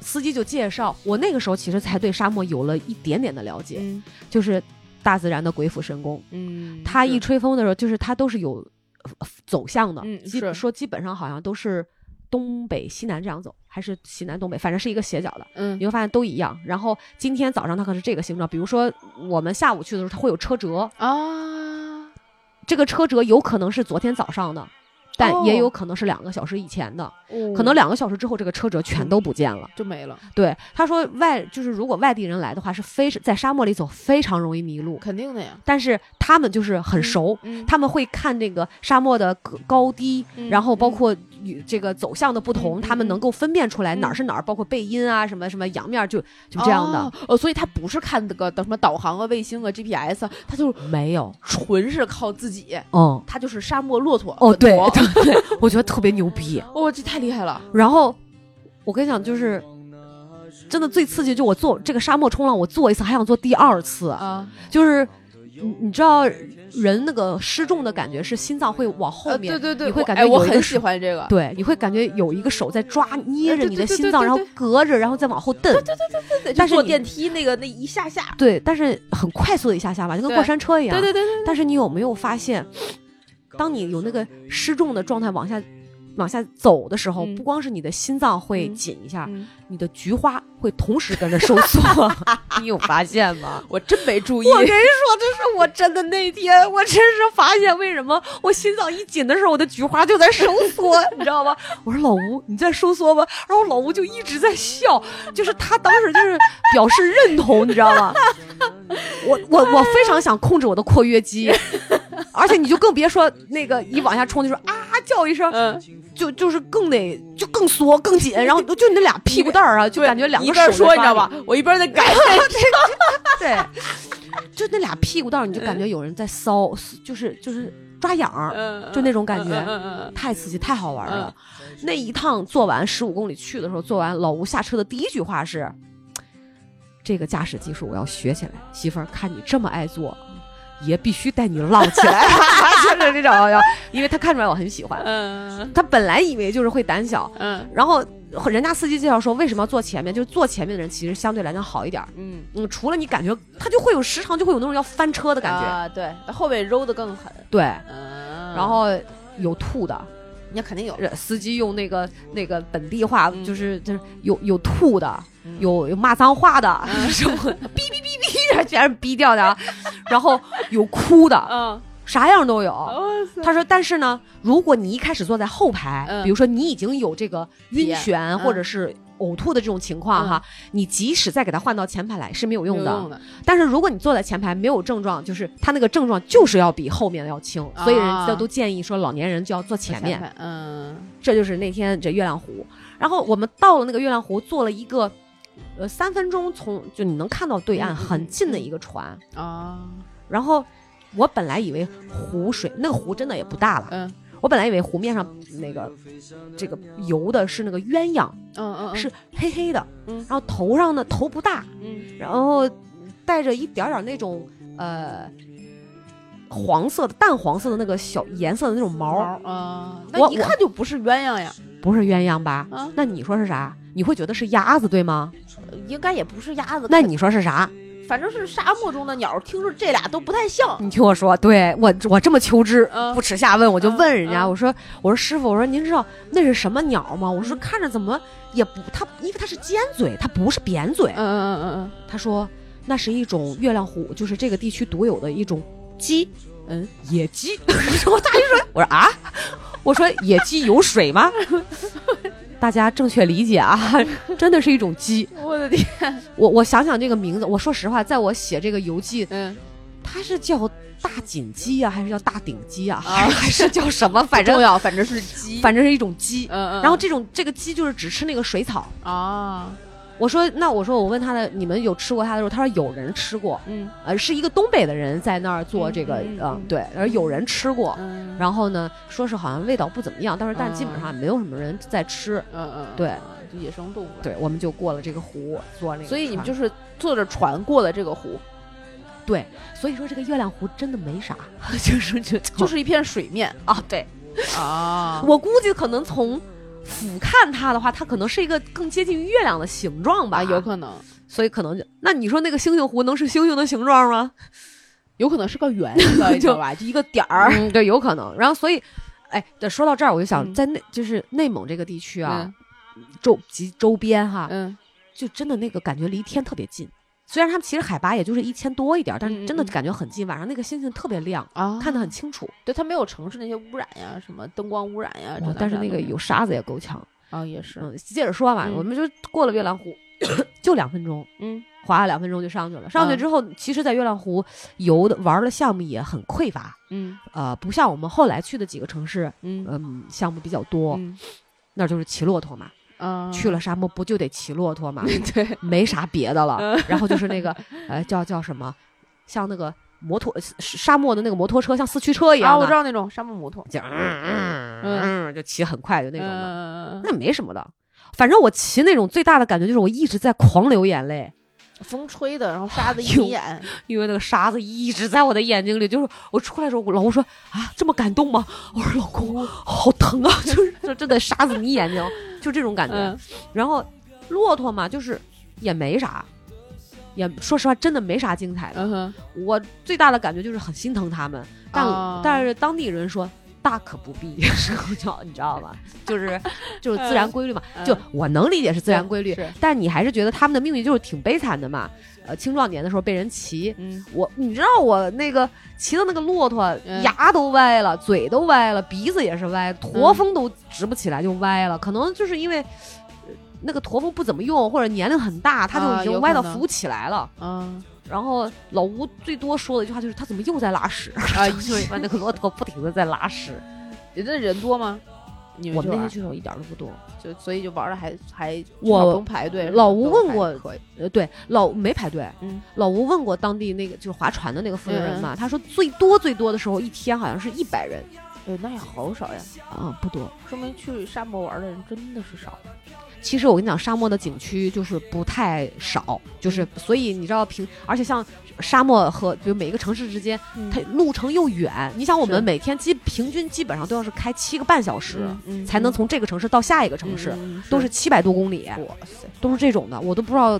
Speaker 3: 司机就介绍，我那个时候其实才对沙漠有了一点点的了解，
Speaker 1: 嗯
Speaker 3: 就是大自然的鬼斧神工。
Speaker 1: 嗯，
Speaker 3: 它
Speaker 1: 是
Speaker 3: 一吹风的时候，就是它都是有呃走向的，
Speaker 1: 嗯
Speaker 3: 基
Speaker 1: 是
Speaker 3: 说基本上好像都是东北西南这样走，还是西南东北，反正是一个斜角的。
Speaker 1: 嗯
Speaker 3: 你会发现都一样。然后今天早上它可是这个形状，比如说我们下午去的时候，它会有车辙，
Speaker 1: 啊，
Speaker 3: 这个车辙有可能是昨天早上的，但也
Speaker 1: 哦嗯
Speaker 3: 有可能是两个小时以前的，可
Speaker 1: 可
Speaker 3: 能两个小时之后这个车辙全都不见了。
Speaker 1: 就没了，
Speaker 3: 对，他说外就是如果外地人来的话，是非在沙漠里走非常容易迷路，
Speaker 1: 肯定的呀，
Speaker 3: 但是他们就是很熟。
Speaker 1: 嗯，
Speaker 3: 他们会看这个沙漠的高高低，
Speaker 1: 嗯
Speaker 3: 然后包括与这个走向的不同，
Speaker 1: 嗯嗯
Speaker 3: 他们能够分辨出来
Speaker 1: 嗯
Speaker 3: 哪儿是哪儿，包括背阴啊，什么什么阳面儿，就就这样的。
Speaker 1: 哦，哦所以他不是看那个等什么导航啊、卫星啊、GPS，啊他就是
Speaker 3: 没有，
Speaker 1: 纯是靠自己，
Speaker 3: 嗯，
Speaker 1: 他就是沙漠骆驼。
Speaker 3: 哦，对
Speaker 1: 我
Speaker 3: 对对，我觉得特别牛逼。
Speaker 1: 哦，这太厉害了，
Speaker 3: 然后我跟你讲，就是真的最刺激，就我做这个沙漠冲浪，我做一次还想做第二次，
Speaker 1: 啊，
Speaker 3: 就是你你知道人那个失重的感觉是心脏会往后
Speaker 1: 呃
Speaker 3: 面，
Speaker 1: 对对对，
Speaker 3: 你会
Speaker 1: 我
Speaker 3: 感
Speaker 1: 哎
Speaker 3: 觉
Speaker 1: 我
Speaker 3: 有一个
Speaker 1: 很喜
Speaker 3: 手。
Speaker 1: 欢这个，
Speaker 3: 对，你会感觉有一个手在抓捏着
Speaker 1: 呃对
Speaker 3: 你
Speaker 1: 对
Speaker 3: 的
Speaker 1: 对
Speaker 3: 心
Speaker 1: 对
Speaker 3: 脏，
Speaker 1: 对
Speaker 3: 然后
Speaker 1: 对
Speaker 3: 隔着，然后再往后蹬。
Speaker 1: 对对，
Speaker 3: 但是
Speaker 1: 就坐
Speaker 3: 你
Speaker 1: 电梯那个那一下下，
Speaker 3: 对，但是很快速的一下下吧，就跟
Speaker 1: 对
Speaker 3: 过山车一样。
Speaker 1: 对对对对，
Speaker 3: 但是你有没有发现，当你有那个失重的状态往下往下走的时候，
Speaker 1: 嗯
Speaker 3: 不光是你的心脏会
Speaker 1: 嗯
Speaker 3: 紧一下，
Speaker 1: 嗯
Speaker 3: 你的菊花会同时跟着收 缩。你有发现吗？
Speaker 1: 我真没注意，
Speaker 3: 我跟你说，这是我真的那天，我真是发现为什么我心脏一紧的时候，我的菊花就在收缩，你知道吗？我说老吴，你在收缩吗？然后老吴就一直在笑， 就是他当时就是表示认同，你知道吗？我我我非常想控制我的括约 肌，而且你就更别说那个一往下冲就是啊叫一声，
Speaker 1: 嗯，
Speaker 3: 就就是更得就更缩更紧，然后就你那俩屁股蛋儿啊，就感觉两
Speaker 1: 一
Speaker 3: 个
Speaker 1: 边
Speaker 3: 手
Speaker 1: 说
Speaker 3: 在
Speaker 1: 你知道
Speaker 3: 抓
Speaker 1: 吧，我一边在改，
Speaker 3: 对，就那俩屁股蛋儿，你就感觉有人在搔，就是就是抓痒儿，
Speaker 1: 嗯
Speaker 3: 就那种感觉
Speaker 1: 嗯嗯嗯
Speaker 3: 太刺激，太好玩了。那一趟做完十五公里去的时候，做完老吴下车的第一句话是：“这个驾驶技术我要学起来。媳妇儿，看你这么爱做，爷必须带你浪起来， 就是这种要，因为他看出来我很喜欢。
Speaker 1: 嗯
Speaker 3: 他本来以为就是会胆小，
Speaker 1: 嗯
Speaker 3: 然后人家司机介绍说为什么要坐前面，就是坐前面的人其实相对来讲好一点儿。
Speaker 1: 嗯，
Speaker 3: 嗯，除了你感觉他就会有时常就会有那种要翻车的感觉，
Speaker 1: 啊，对，后背揉的更狠，
Speaker 3: 对，
Speaker 1: 嗯，
Speaker 3: 然后有吐的，
Speaker 1: 那肯定有，
Speaker 3: 人司机用那个那个本地话，
Speaker 1: 嗯
Speaker 3: 就是就是有有吐的，
Speaker 1: 嗯
Speaker 3: 有有骂脏话的，
Speaker 1: 嗯
Speaker 3: 什么的哔哔哔哔，全是逼掉的啊，然后有哭的，
Speaker 1: 嗯，哦
Speaker 3: 啥样都有。
Speaker 1: 哇塞，
Speaker 3: 他说：“但是呢，如果你一开始坐在后排，
Speaker 1: 嗯
Speaker 3: 比如说你已经有这个晕
Speaker 1: 也
Speaker 3: 眩
Speaker 1: 嗯
Speaker 3: 或者是呕吐的这种情况哈，你即使再给他换到前排来嗯是没有用的。
Speaker 1: 有的，
Speaker 3: 但是如果你坐在前排没有症状，就是他那个症状就是要比后面的要轻，所以人家
Speaker 1: 啊
Speaker 3: 都建议说老年人就要坐前面。，
Speaker 1: 嗯
Speaker 3: 这就是那天这月亮湖。然后我们到了那个月亮湖，坐了一个，呃，三分钟从就你能看到对岸
Speaker 1: 嗯嗯嗯
Speaker 3: 很近的一个船。
Speaker 1: 啊，
Speaker 3: 然后我本来以为湖水那个湖真的也不大了，
Speaker 1: 嗯
Speaker 3: 我本来以为湖面上那个这个游的是那个鸳鸯，
Speaker 1: 嗯嗯，
Speaker 3: 是黑黑的，
Speaker 1: 嗯
Speaker 3: 然后头上呢头不大，
Speaker 1: 嗯
Speaker 3: 然后带着一点点那种呃。黄色的淡黄色的那个小颜色的那种毛，
Speaker 1: 毛啊，那
Speaker 3: 我
Speaker 1: 一
Speaker 3: 我
Speaker 1: 看就不是鸳鸯呀，
Speaker 3: 不是鸳鸯吧？
Speaker 1: 啊，
Speaker 3: 那你说是啥？你会觉得是鸭子对吗？
Speaker 1: 应该也不是鸭子，
Speaker 3: 那你说是啥？
Speaker 1: 反正是沙漠中的鸟，听说这俩都不太像，
Speaker 3: 你听我说，对我我这么求知，
Speaker 1: 嗯
Speaker 3: 不耻下问，我就问人家，
Speaker 1: 嗯嗯
Speaker 3: 我说我说师傅，我说您知道那是什么鸟吗？我说看着怎么也不它，因为它是尖嘴，它不是扁嘴
Speaker 1: 嗯。嗯嗯
Speaker 3: 他说那是一种月亮虎，就是这个地区独有的一种鸡，
Speaker 1: 嗯
Speaker 3: 野鸡。 然后大家就说，我说啊，我说野鸡有水吗？ 大家正确理解啊，真的是一种鸡。
Speaker 1: 嗯，我的天，
Speaker 3: 我我想想这个名字，我说实话，在我写这个游记
Speaker 1: 嗯，
Speaker 3: 它是叫大锦鸡啊，还是叫大顶鸡啊，
Speaker 1: 啊
Speaker 3: 还是叫什么？反
Speaker 1: 重
Speaker 3: 正
Speaker 1: 要，反正是鸡，
Speaker 3: 反正是一种鸡。
Speaker 1: 嗯嗯，
Speaker 3: 然后这种这个鸡就是只吃那个水草。
Speaker 1: 啊，
Speaker 3: 我说那我说我问他的，你们有吃过它的肉？他说有人吃过，
Speaker 1: 嗯
Speaker 3: 呃，是一个东北的人在那儿做这个，
Speaker 1: 嗯嗯
Speaker 3: 呃
Speaker 1: 嗯
Speaker 3: 对，而有人吃过。
Speaker 1: 嗯，
Speaker 3: 然后呢，说是好像味道不怎么样，但是但基本上没有什么人在吃。
Speaker 1: 嗯嗯，
Speaker 3: 对
Speaker 1: 就野生动物，
Speaker 3: 对，我们就过了这个湖，坐那个船。
Speaker 1: 所以你们就是坐着船过的这个湖，
Speaker 3: 对，所以说这个月亮湖真的没啥， 就是就
Speaker 1: 就
Speaker 3: 就是
Speaker 1: 一片水面
Speaker 3: 啊，对，
Speaker 1: 啊
Speaker 3: 我估计可能从俯瞰它的话，它可能是一个更接近月亮的形状吧，
Speaker 1: 啊，有，可能，
Speaker 3: 所以可能就那你说那个星星湖能是星星的形状吗？
Speaker 1: 有可能是个圆 的，你知道吧？就一个点儿
Speaker 3: 嗯，对，有可能。然后所以，哎，对说到这儿，我就想、
Speaker 1: 嗯
Speaker 3: 在内就是内蒙这个地区啊，，周及周边哈，
Speaker 1: 嗯
Speaker 3: 就真的那个感觉离天特别近。虽然他们其实海拔也就是一千多一点儿，但
Speaker 1: 嗯
Speaker 3: 是
Speaker 1: 嗯
Speaker 3: 真的
Speaker 1: 嗯
Speaker 3: 感觉很近。晚上那个星星特别亮，
Speaker 1: 啊，
Speaker 3: 看得很清楚。
Speaker 1: 对，它没有城市那些污染呀，什么灯光污染呀
Speaker 3: 哇，哦但是那个有沙子也够呛。
Speaker 1: 啊，也是，
Speaker 3: 嗯，接着说嘛，
Speaker 1: 嗯
Speaker 3: 我们就过了月亮湖， 就两分钟。
Speaker 1: 嗯
Speaker 3: 划了两分钟就上去了。上去
Speaker 1: 嗯
Speaker 3: 之后，其实，在月亮湖游的玩的项目也很匮乏，
Speaker 1: 嗯
Speaker 3: 呃，不像我们后来去的几个城市，
Speaker 1: 嗯
Speaker 3: 嗯，项目比较多。
Speaker 1: 嗯
Speaker 3: 那儿就是骑骆驼嘛，
Speaker 1: 啊，
Speaker 3: 去了沙漠不就得骑骆驼嘛，
Speaker 1: 对，
Speaker 3: 没啥别的了。
Speaker 1: 嗯
Speaker 3: 然后就是那个，呃，叫叫什么，像那个摩托沙沙漠的那个摩托车，像四驱车一
Speaker 1: 啊，
Speaker 3: 样
Speaker 1: 我
Speaker 3: 的，
Speaker 1: 知道那种沙漠摩托
Speaker 3: 就嗯嗯嗯，就骑很快，就那种的，
Speaker 1: 嗯，
Speaker 3: 那没什么的。反正我骑那种最大的感觉就是我一直在狂流眼泪，
Speaker 1: 风吹的，然后沙子一
Speaker 3: 呦
Speaker 1: 迷 眼，
Speaker 3: 因为那个沙子一直在我的眼睛里，就是我出来的时候，我老公说啊，这么感动吗？我说老
Speaker 1: 哦
Speaker 3: 公，好疼啊，就是就真的沙子迷眼睛，就这种感觉。
Speaker 1: 嗯
Speaker 3: 然后骆驼嘛，就是也没啥，也说实话真的没啥精彩的。
Speaker 1: 嗯哼，
Speaker 3: 我最大的感觉就是很心疼他们，但、
Speaker 1: 哦
Speaker 3: 但是当地人说。大可不必，我就你知 道吧？就是就是自然规律嘛，
Speaker 1: 嗯
Speaker 3: 就我能理解是自然规律，
Speaker 1: 是
Speaker 3: 但你还是觉得他们的命运就是挺悲惨的嘛。呃，青壮年的时候被人骑，
Speaker 1: 嗯
Speaker 3: 我你知道我那个骑的那个骆驼，
Speaker 1: 嗯
Speaker 3: 牙都歪了，嘴都歪了，鼻子也是歪，驼峰都直不起来就歪了，可能就是因为。呃那个驼峰不怎么用，或者年龄很大，他就
Speaker 1: 啊
Speaker 3: 已经
Speaker 1: 有
Speaker 3: 歪到
Speaker 1: 可能
Speaker 3: 扶不起来了。
Speaker 1: 啊
Speaker 3: 然后老吴最多说的一句话就是：“他怎么又在拉屎？”
Speaker 1: 啊
Speaker 3: 就是那个骆驼不停的在 拉屎。
Speaker 1: 人家人多吗？你
Speaker 3: 我们那
Speaker 1: 玩儿
Speaker 3: 天去的时候一点都不多。
Speaker 1: 就所以就玩的还还
Speaker 3: 我
Speaker 1: 不用排队。
Speaker 3: 老
Speaker 1: 什么
Speaker 3: 吴
Speaker 1: 都
Speaker 3: 问
Speaker 1: 还
Speaker 3: 我
Speaker 1: 可以
Speaker 3: 呃，对，老没排队。
Speaker 1: 嗯
Speaker 3: 老吴问过当地那个就是划船的那个负责
Speaker 1: 嗯嗯
Speaker 3: 人哎嘛，他说最多最多的时候一天好像是一百人。
Speaker 1: 对，那也好少呀，
Speaker 3: 啊，不多。
Speaker 1: 说明去沙漠玩的人真的是少。
Speaker 3: 其实我跟你讲，沙漠的景区就是不太少，
Speaker 1: 嗯
Speaker 3: 就是所以你知道平，而且像沙漠和比如每一个城市之间，它
Speaker 1: 他
Speaker 3: 路程又远。你想，我
Speaker 1: 是
Speaker 3: 们每天基平均基本上都要是开七个半小时，
Speaker 1: 嗯
Speaker 3: 才能从这个城市到下一个城市，都是七百多公里，
Speaker 1: 哇塞，
Speaker 3: 都是这种的。我都不知道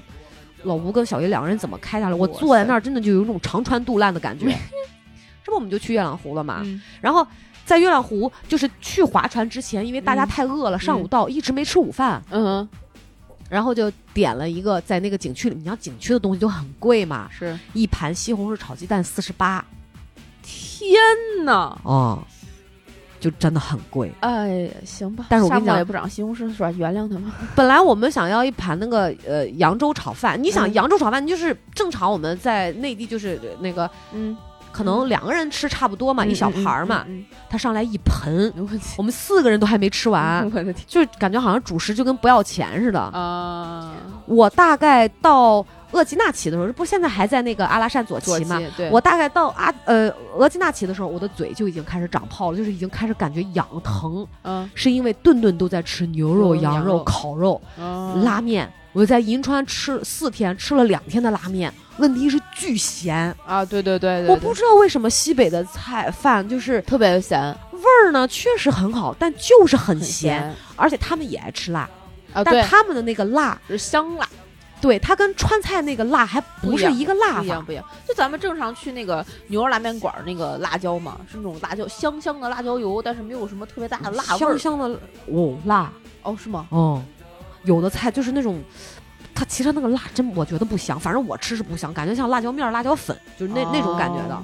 Speaker 3: 老吴跟小姨两个人怎么开下来，我
Speaker 1: 哇
Speaker 3: 坐在
Speaker 1: 塞
Speaker 3: 那儿真的就有一种长川肚烂的感觉。这不我们就去月亮湖了嘛？
Speaker 1: 嗯
Speaker 3: 然后在月亮湖就是去划船之前，因为大家
Speaker 1: 嗯
Speaker 3: 太饿了，上午到一直没吃午饭，
Speaker 1: 嗯，
Speaker 3: 然后就点了一个在那个景区里，你知道景区的东西都很贵嘛，
Speaker 1: 是
Speaker 3: 一盘西红柿炒鸡蛋四十八
Speaker 1: 天呐，
Speaker 3: 哦，就真的很贵。
Speaker 1: 哎呀，行吧，
Speaker 3: 但是我
Speaker 1: 沙
Speaker 3: 跟你
Speaker 1: 漠
Speaker 3: 讲
Speaker 1: 也不长西红柿是吧？原谅他们。
Speaker 3: 本来我们想要一盘那个呃扬州炒饭，你想
Speaker 1: 嗯
Speaker 3: 扬州炒饭就是正常我们在内地就是呃那个
Speaker 1: 嗯，
Speaker 3: 可能两个人吃差不多嘛，
Speaker 1: 嗯
Speaker 3: 一小盘儿嘛，，
Speaker 1: 嗯
Speaker 3: 他上来一盆，
Speaker 1: 嗯嗯嗯嗯嗯
Speaker 3: 我们四个人都还没吃完，
Speaker 1: 啊我的天
Speaker 3: 就感觉好像主食就跟不要钱似的。
Speaker 1: 啊！
Speaker 3: 我大概到厄吉纳旗的时候，这不现在还在那个阿拉善左
Speaker 1: 左
Speaker 3: 旗吗？
Speaker 1: 旗对，
Speaker 3: 我大概到阿呃额吉纳旗的时候，我的嘴就已经开始长泡了，就是已经开始感觉痒疼，
Speaker 1: 嗯
Speaker 3: 是因为顿顿都在吃牛肉、
Speaker 1: 牛肉
Speaker 3: 羊
Speaker 1: 羊
Speaker 3: 肉、
Speaker 1: 肉
Speaker 3: 烤肉、
Speaker 1: 嗯
Speaker 3: 拉面。我在银川吃四天，吃了两天的拉面，问题是巨咸。
Speaker 1: 啊，对对对对，
Speaker 3: 我
Speaker 1: 对
Speaker 3: 不知道为什么西北的菜饭就是
Speaker 1: 特别咸，
Speaker 3: 味儿呢，确实很好，但就是很
Speaker 1: 很
Speaker 3: 咸，
Speaker 1: 咸
Speaker 3: 而且他们也爱吃辣，
Speaker 1: 啊，
Speaker 3: 但
Speaker 1: 对，
Speaker 3: 他们的那个辣，
Speaker 1: 是香辣，
Speaker 3: 对它跟川菜那个辣还不是一个辣
Speaker 1: 不一样
Speaker 3: 法。
Speaker 1: 不一样。就咱们正常去那个牛肉拉面馆儿那个辣椒嘛，是那种辣椒香香的辣椒油，但是没有什么特别大的辣味
Speaker 3: 香
Speaker 1: 儿。
Speaker 3: 香的哦辣
Speaker 1: 哦，是吗？
Speaker 3: 哦，有的菜就是那种，它其实那个辣真我觉得不香，反正我吃是不香，感觉像辣椒面儿、辣椒粉，就是那、那种感觉的
Speaker 1: 哦，，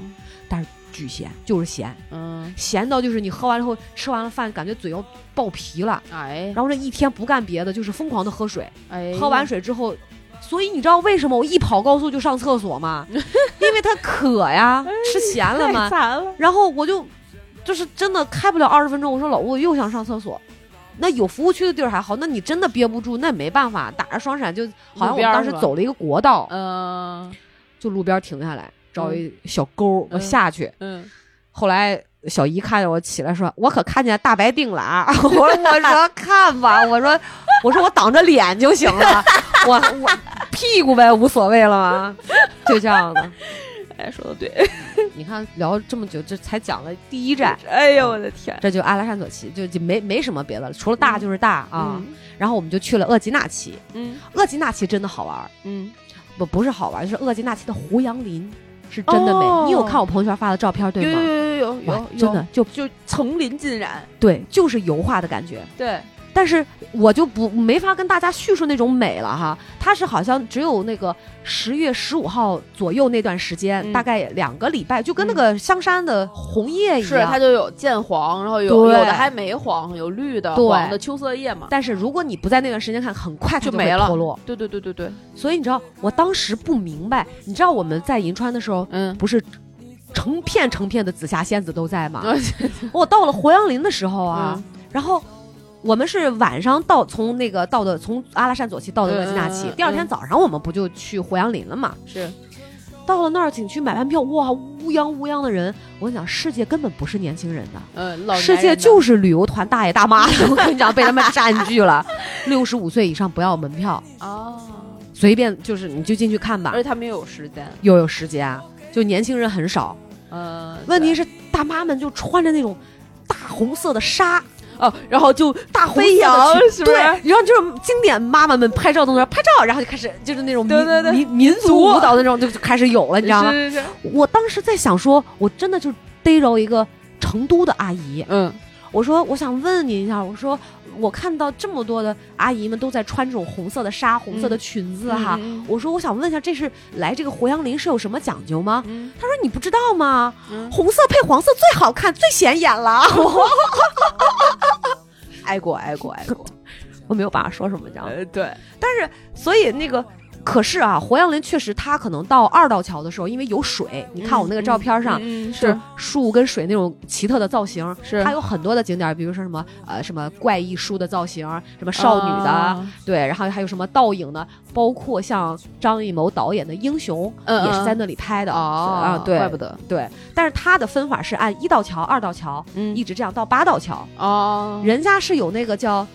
Speaker 3: 巨咸，就是咸，
Speaker 1: 嗯，
Speaker 3: 咸到就是你喝完了后吃完了饭，感觉嘴要爆皮了，
Speaker 1: 哎
Speaker 3: 然后这一天不干别的，就是疯狂的喝水，
Speaker 1: 哎，
Speaker 3: 喝完水之后。所以你知道为什么我一跑高速就上厕 所吗？因为它渴呀，吃咸了嘛
Speaker 1: 哎太。馋了，
Speaker 3: 然后我就就是真的开不了二十分钟，我说老吴，我又想上厕所。那有服务区的地儿还好，那你真的憋不住，那没办法，打着双闪就好像
Speaker 1: 路
Speaker 3: 我
Speaker 1: 边儿
Speaker 3: 当时
Speaker 1: 是吧
Speaker 3: 走了一个国道，
Speaker 1: 嗯
Speaker 3: 就路边停下来找一小沟儿，我
Speaker 1: 嗯
Speaker 3: 下去。
Speaker 1: 嗯，
Speaker 3: 后来小姨看见我起来说：“我可看见大白腚了啊！” 我说：“我说看吧，我说我说我挡着脸就行了，我我屁股呗无所谓了嘛，就这样的。
Speaker 1: 哎，说的对，
Speaker 3: 你看聊了这么久，这才讲了第一站，
Speaker 1: 哎呦我的天
Speaker 3: 这就阿拉善左旗，就就没没什么别的了，除了大就是大啊。，然后我们就去了额吉纳旗，
Speaker 1: 嗯
Speaker 3: 额吉纳旗真的好玩儿，
Speaker 1: 嗯
Speaker 3: 不不是好玩儿，就是额吉纳旗的胡杨林是真的美。
Speaker 1: 哦
Speaker 3: 你有看我朋友圈发的照片
Speaker 1: 嗯，
Speaker 3: 对
Speaker 1: 有有
Speaker 3: 吗？
Speaker 1: 有有有
Speaker 3: 哇
Speaker 1: 有，，
Speaker 3: 真的哎就
Speaker 1: 就层林尽染，
Speaker 3: 对，就是油画的感觉。
Speaker 1: 对，
Speaker 3: 但是我就不没法跟大家叙述那种美了哈，它是好像只有那个十月十五号左右那段时间，
Speaker 1: 嗯
Speaker 3: 大概两个礼拜，就跟那个香山的红叶一
Speaker 1: 是它
Speaker 3: 样。
Speaker 1: 就有见黄，然后有有
Speaker 3: 对
Speaker 1: 的还没黄，有绿的、
Speaker 3: 对
Speaker 1: 黄的秋色夜嘛，
Speaker 3: 但是如果你不在那段时间看，很快它
Speaker 1: 就
Speaker 3: 会
Speaker 1: 没了
Speaker 3: 脱落。
Speaker 1: 对对对对对，
Speaker 3: 所以你知道，我当时不明白，你知道我们在银川的时候，
Speaker 1: 嗯，
Speaker 3: 不是成片成片的紫霞仙子都在 吗？
Speaker 1: 嗯
Speaker 3: 我到了胡杨林的时候啊，然后我们是晚上到，从那个到的从阿拉善左旗到的额济纳旗，
Speaker 1: 嗯嗯嗯
Speaker 3: 第二天早上我们不就去胡杨林了嘛？
Speaker 1: 是
Speaker 3: 到了那儿景区买完票，哇，乌泱乌泱的人，我跟你讲，世界根本不是年轻人的。
Speaker 1: 嗯，老
Speaker 3: 世
Speaker 1: 男
Speaker 3: 界
Speaker 1: 人的
Speaker 3: 就是旅游团大爷大妈的，我 跟你讲，被他们占据了。六十五岁以上不要门票，
Speaker 1: 哦，
Speaker 3: 随便就是你就进去看吧
Speaker 1: 而。且他们也有时间，
Speaker 3: 又有时间，就年轻人很少。
Speaker 1: 嗯，
Speaker 3: 问题
Speaker 1: 是
Speaker 3: 是大妈们就穿着那种大红色的纱，
Speaker 1: 哦，然后就 大
Speaker 3: 红色的
Speaker 1: 飞扬
Speaker 3: 裙
Speaker 1: 是不
Speaker 3: 对
Speaker 1: 是？，
Speaker 3: 然后就是经典妈妈们拍照动作，拍照，然后就开始就是那种民
Speaker 1: 对对对
Speaker 3: 民民
Speaker 1: 民
Speaker 3: 族
Speaker 1: 族
Speaker 3: 舞蹈的那种就就开始有了，你知道吗？
Speaker 1: 是是是，
Speaker 3: 我当时在想说，我真的就逮着一个成都的阿姨，
Speaker 1: 嗯
Speaker 3: 我说我想问您一下，我说我看到这么多的阿姨们都在穿这种红色的纱、红色的裙子哈，
Speaker 1: 嗯
Speaker 3: 我说我想问一下，这是来这个胡杨林是有什么讲究吗？
Speaker 1: 嗯
Speaker 3: 她说你不知道吗？
Speaker 1: 嗯，
Speaker 3: 红色配黄色最好看，最显 眼了。 我
Speaker 1: 爱国爱国爱国，
Speaker 3: 我没有办法说什么，你知道吗？
Speaker 1: 呃呃，对，
Speaker 3: 但是所以那个可是啊，活杨林确实，它可能到二道桥的时候，因为有水，你看我那个照片上，
Speaker 1: 嗯嗯
Speaker 3: 就是是树跟水那种奇特的造型，
Speaker 1: 是
Speaker 3: 它有很多的景点，比如说什么呃什么怪异书的造型，什么少女的，
Speaker 1: 啊
Speaker 3: 对，然后还有什么倒影的，包括像张艺谋导演的《英雄》
Speaker 1: 嗯
Speaker 3: 也是
Speaker 1: 嗯哦
Speaker 3: 在那里拍的啊，对，
Speaker 1: 怪不得，
Speaker 3: 对，但是它的分法是按一道桥、二道桥
Speaker 1: 嗯
Speaker 3: 一直这样到八道桥，
Speaker 1: 哦，
Speaker 3: 人家是有那个叫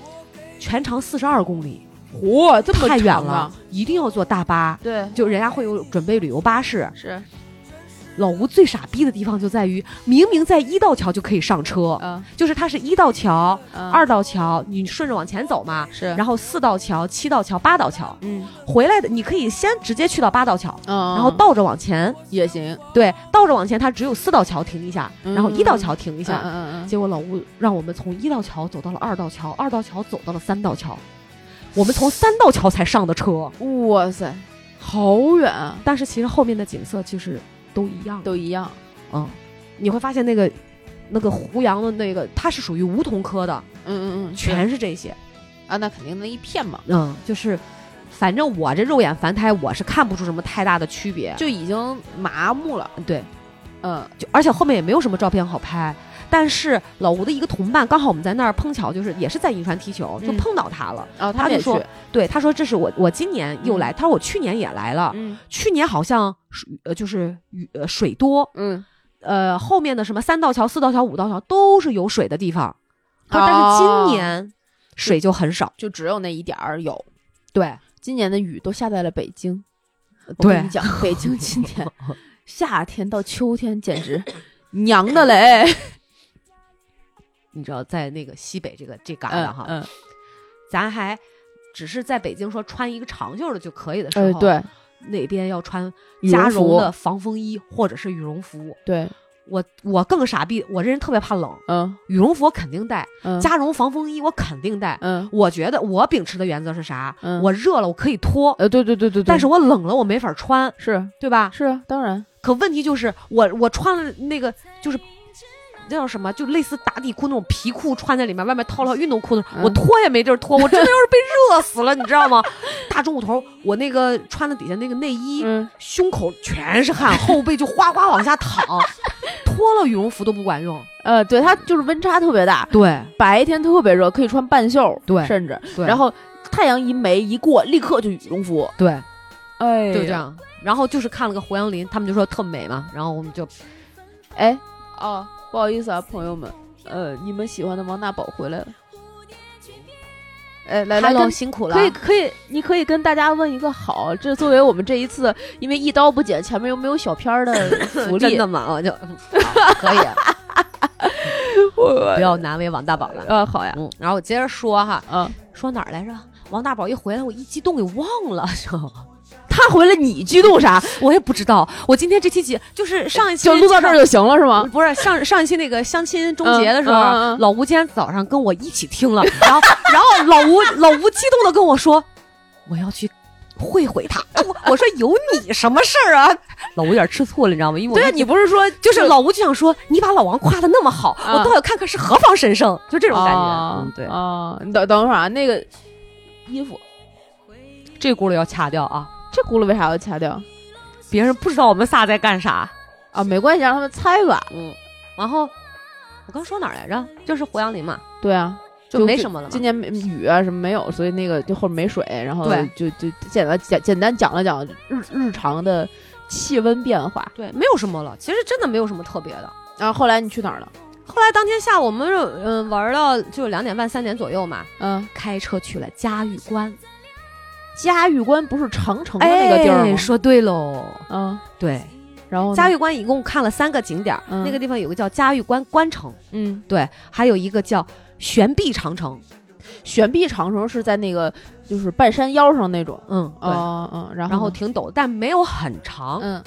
Speaker 3: 全长四十二公里，
Speaker 1: 嚯，这么
Speaker 3: 太远
Speaker 1: 长
Speaker 3: 了
Speaker 1: 啊，，
Speaker 3: 一定要坐大巴。
Speaker 1: 对，
Speaker 3: 就人家会有准备旅游巴士，
Speaker 1: 是，
Speaker 3: 老吴最傻逼的地方就在于，明明在一道桥就可以上车，
Speaker 1: 嗯
Speaker 3: 就是它是一道桥、
Speaker 1: 嗯，
Speaker 3: 二道桥，你顺着往前走嘛，
Speaker 1: 是，
Speaker 3: 然后四道桥、七道桥、八道桥，
Speaker 1: 嗯
Speaker 3: 回来的你可以先直接去到八道桥，
Speaker 1: 嗯，
Speaker 3: 然后倒着往前，
Speaker 1: 也行，
Speaker 3: 对，倒着往前，它只有四道桥停一下，
Speaker 1: 嗯
Speaker 3: 然后一道桥停一
Speaker 1: 你
Speaker 3: 下。
Speaker 1: 嗯嗯嗯，
Speaker 3: 结果老吴让我们从一道桥走到了二道桥，二道桥走到了三道桥，我们从三道桥才上的车。
Speaker 1: 嗯哇塞，好远啊，
Speaker 3: 但是其实后面的景色其实都一样，
Speaker 1: 都一样，
Speaker 3: 嗯，你会发现那个那个胡杨的那个，它是属于梧桐科的，
Speaker 1: 嗯嗯嗯，
Speaker 3: 全是这些，
Speaker 1: 啊，那肯定那一片嘛，
Speaker 3: 嗯，就是反正我这肉眼凡胎，我是看不出什么太大的区别，
Speaker 1: 就已经麻木了，
Speaker 3: 对，
Speaker 1: 嗯
Speaker 3: 就而且后面也没有什么照片好拍。但是老吴的一个同伴，刚好我们在那儿碰巧，就是也是在银川踢球，就
Speaker 1: 嗯
Speaker 3: 碰到他了。
Speaker 1: 哦，
Speaker 3: 他
Speaker 1: 们
Speaker 3: 就
Speaker 1: 也
Speaker 3: 说
Speaker 1: 去，
Speaker 3: 对，他说这是我我今年又来，他说我去年也来了，
Speaker 1: 嗯
Speaker 3: 去年好像水呃就是雨呃水多，
Speaker 1: 嗯，
Speaker 3: 呃后面的什么三道桥、四道桥、五道桥都是有水的地方，他说
Speaker 1: 哦
Speaker 3: 但是今年水就很少，
Speaker 1: 就只有那一点儿有。
Speaker 3: 对
Speaker 1: 今年的雨都下在了北京，我
Speaker 3: 对
Speaker 1: 跟你讲，北京今 年夏天到秋天简直娘的嘞！
Speaker 3: 你知道在那个西北这个这旮
Speaker 1: 嗯
Speaker 3: 旯哈，
Speaker 1: 嗯，
Speaker 3: 咱还只是在北京说穿一个长袖的就可以的时候，
Speaker 1: 哎，对，
Speaker 3: 那边要穿
Speaker 1: 羽
Speaker 3: 加
Speaker 1: 绒
Speaker 3: 绒
Speaker 1: 服
Speaker 3: 的防风衣或者是羽绒服。
Speaker 1: 对，
Speaker 3: 我我更傻逼，我这人特别怕冷，
Speaker 1: 嗯
Speaker 3: 羽绒服我肯定带，
Speaker 1: 嗯，
Speaker 3: 加绒防风衣我肯定带。
Speaker 1: 嗯
Speaker 3: 我觉得我秉持的原则是啥？
Speaker 1: 嗯，
Speaker 3: 我热了我可以脱，
Speaker 1: 呃，对对对对对，
Speaker 3: 但是我冷了我没法穿，
Speaker 1: 是
Speaker 3: 对吧？
Speaker 1: 是啊，当然，
Speaker 3: 可问题就是我我穿了那个就是那叫什么，就类似打底裤那种皮裤穿在里面，外面套了运动裤的时候，
Speaker 1: 嗯
Speaker 3: 我脱也没地儿脱，我真的要是被热死了，你知道吗？ 大中午头，我那个穿的底下那个内衣，
Speaker 1: 嗯，
Speaker 3: 胸口全是汗，后背就哗哗往下淌，脱了羽绒服都不 管用。
Speaker 1: 呃，对，它就是温差特别大，
Speaker 3: 对
Speaker 1: 白天特别热，可以穿半袖，
Speaker 3: 对
Speaker 1: 甚至，
Speaker 3: 对
Speaker 1: 然后太阳一没一过，立刻就羽绒服，
Speaker 3: 对，
Speaker 1: 哎
Speaker 3: 就这，样。然后就是看了个胡杨林，他们就说特美嘛，然后我们就
Speaker 1: 哎，哦，不好意思啊，朋友们，呃，你们喜欢的王大宝回来了，哎，来来
Speaker 3: Hello
Speaker 1: 跟
Speaker 3: 辛苦了，
Speaker 1: 可以可以，你可以跟大家问一个好，这作为我们这一次因为一刀不剪，前面又没有小片儿的 福
Speaker 3: 真
Speaker 1: 利
Speaker 3: 的，吗？我就嗯好可以，啊 嗯
Speaker 1: 我
Speaker 3: 不要难为王大宝了。
Speaker 1: 呃好呀，
Speaker 3: 嗯，然后我接着说哈，
Speaker 1: 啊，
Speaker 3: 说哪儿来着？王大宝一回来，我一激动给忘了， 知道吗？
Speaker 1: 他回来你激动啥？
Speaker 3: 我也不知道。我今天这期节就是上一期
Speaker 1: 就录到这儿就行了是吗？
Speaker 3: 不是上上一期那个相亲终结的时候，啊
Speaker 1: 嗯嗯嗯嗯
Speaker 3: 老吴今天早上跟我一起听了，然后 然后老吴老吴激动的跟我说，我要去会会他。 我我说有你什么事儿啊？老吴有点吃醋了，你知道吗？因为我
Speaker 1: 对啊，
Speaker 3: 一
Speaker 1: 你不是说
Speaker 3: 就是老吴就想说，你把老王夸的那么好，
Speaker 1: 嗯
Speaker 3: 我倒要看看是何方神圣，就这
Speaker 1: 这
Speaker 3: 种感觉。嗯，对，
Speaker 1: 啊，你等等会儿啊，那个衣服
Speaker 3: 这轱辘要掐掉啊，
Speaker 1: 这轱辘为啥要掐掉
Speaker 3: 别人不知道我们仨在干啥。
Speaker 1: 啊？没关系，让他们猜吧。
Speaker 3: 嗯，然后我刚说哪儿来着？就是胡杨林嘛，
Speaker 1: 对啊，
Speaker 3: 就没什么了嘛
Speaker 1: 今。年没雨啊什么没有，所以那个就后面没水，然后
Speaker 3: 对
Speaker 1: 就就简单简简单讲了讲日日常的气温变化。
Speaker 3: 对，没有什么了，其实真的没有什么特别的。
Speaker 1: 然啊后后来你去哪儿了？
Speaker 3: 后来当天下午我们就嗯玩到就两点半三点左右嘛，
Speaker 1: 嗯，
Speaker 3: 开车去了嘉峪关
Speaker 1: 嘉峪关不是长城的
Speaker 3: 哎
Speaker 1: 那个地儿吗？
Speaker 3: 说对喽，哦
Speaker 1: 嗯，
Speaker 3: 对，
Speaker 1: 然后呢
Speaker 3: 嘉峪关一共看了三个景点儿，
Speaker 1: 嗯
Speaker 3: 那个地方有个叫嘉峪关关城，
Speaker 1: 嗯，
Speaker 3: 对，还有一个叫悬臂长城，
Speaker 1: 悬臂长城是在那个就是半山腰上那种。
Speaker 3: 嗯，对。
Speaker 1: 哦嗯，然
Speaker 3: 然后
Speaker 1: 后呢
Speaker 3: 挺陡，但没有很长，
Speaker 1: 嗯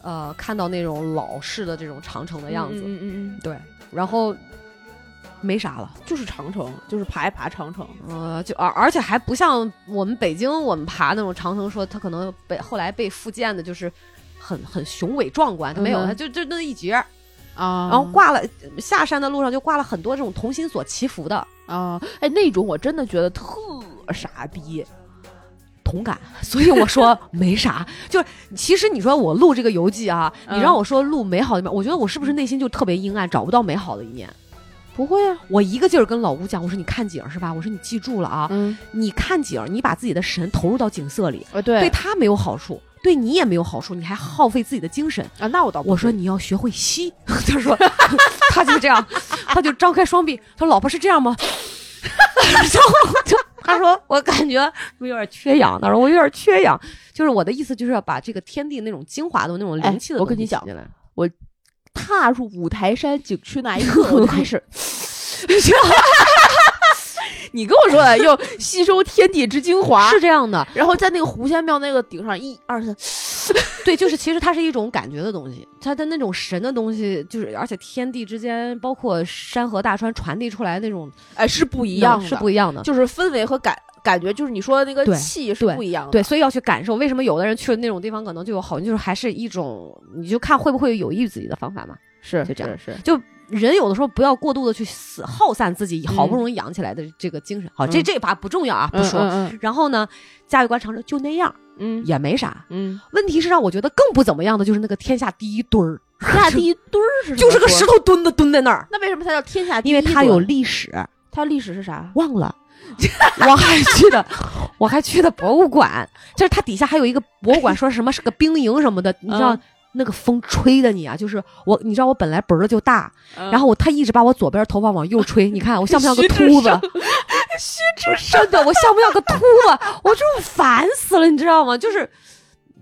Speaker 3: 呃，看到那种老式的这种长城的样子，
Speaker 1: 嗯嗯嗯嗯，
Speaker 3: 对，然后没啥了，
Speaker 1: 就是长城，就是爬一爬长城。
Speaker 3: 呃，就而而且还不像我们北京我们爬那种长城说，它可能被后来被复建的，就是很很雄伟壮观，它没有，
Speaker 1: 嗯哼
Speaker 3: 它就就那一截儿，
Speaker 1: 啊
Speaker 3: 然后挂了下山的路上就挂了很多这种同
Speaker 1: 哦
Speaker 3: 心锁祈福的，
Speaker 1: 啊，哎，那种我真的觉得特傻逼，
Speaker 3: 同感， 所以我说没啥。 就是其实你说我录这个游记啊，你
Speaker 1: 嗯
Speaker 3: 让我说录美好的一面，我觉得我是不是内心就特别阴暗，找不到美好的一面？
Speaker 1: 不会啊，
Speaker 3: 我一个劲儿跟老吴讲，我说你看景儿是吧？我说你记住了啊，
Speaker 1: 嗯，
Speaker 3: 你看景儿，你把自己的神投入到景色里，
Speaker 1: 呃，对
Speaker 3: 对他没有好处，对你也没有好处，你还耗费自己的精神。
Speaker 1: 啊，那我倒不
Speaker 3: 我说
Speaker 1: 会
Speaker 3: 你要学会吸， 他说他就这样， 他就张开双臂，他说老婆是这样吗？ 然后就他说我感觉我有点缺氧，他说我有点缺氧，就是我的意思就是要把这个天地那种精华的那种
Speaker 1: 哎
Speaker 3: 灵气的
Speaker 1: 我跟
Speaker 3: 东西
Speaker 1: 你讲
Speaker 3: 吸进来
Speaker 1: 踏入五台山景区 那一刻，我就开始你跟我说的要吸收天地之精华，
Speaker 3: 是这样的，
Speaker 1: 然后在那个狐仙庙那个顶上，一二三，
Speaker 3: 对，就是其实它是一种感觉的东西，它的那种神的东西，就是而且天地之间，包括山河大川传递出来那种
Speaker 1: 哎，是不一样的，
Speaker 3: 是不一样的。嗯
Speaker 1: 就是氛围和感感觉，就是你说的那
Speaker 3: 对
Speaker 1: 个气是不一样的。
Speaker 3: 对，所以要去感受。为什么有的人去了那种地方可能就有好，就是还是一种，你就看会不会有益于自己的方法嘛。
Speaker 1: 是
Speaker 3: 就这样
Speaker 1: 是是
Speaker 3: 就人有的时候不要过度的去死耗散自己好不
Speaker 1: 嗯
Speaker 3: 容易养起来的这个精神。好，这
Speaker 1: 嗯
Speaker 3: 这把不重要啊，不
Speaker 1: 不说，
Speaker 3: 说。
Speaker 1: 嗯
Speaker 3: 然后呢，价值观长者就那样，
Speaker 1: 嗯
Speaker 3: 也没啥。
Speaker 1: 嗯，
Speaker 3: 问题是让我觉得更不怎么样的就是那个天下第一墩儿，
Speaker 1: 天下 第一墩儿是
Speaker 3: 就是个
Speaker 1: 什
Speaker 3: 石
Speaker 1: 么
Speaker 3: 头墩子墩在那儿
Speaker 1: 说。，那为什么它叫天下第一
Speaker 3: 因为
Speaker 1: 墩？
Speaker 3: 它有历史，啊
Speaker 1: 它历史是啥？
Speaker 3: 忘了。我还去的，我还去的博物馆，就是它底下还有一个博 物馆，说什么是个兵营什么的，你知道
Speaker 1: 嗯
Speaker 3: 那个风吹的你啊，就是我，你知道我本来本儿就大，
Speaker 1: 嗯
Speaker 3: 然后我他一直把我左边头发往右 吹，你看我像不像个
Speaker 1: 徐志
Speaker 3: 秃子
Speaker 1: 胜？嗯
Speaker 3: 虚之 真的，我像不像个秃子？我就是烦死了，你知道吗？就是，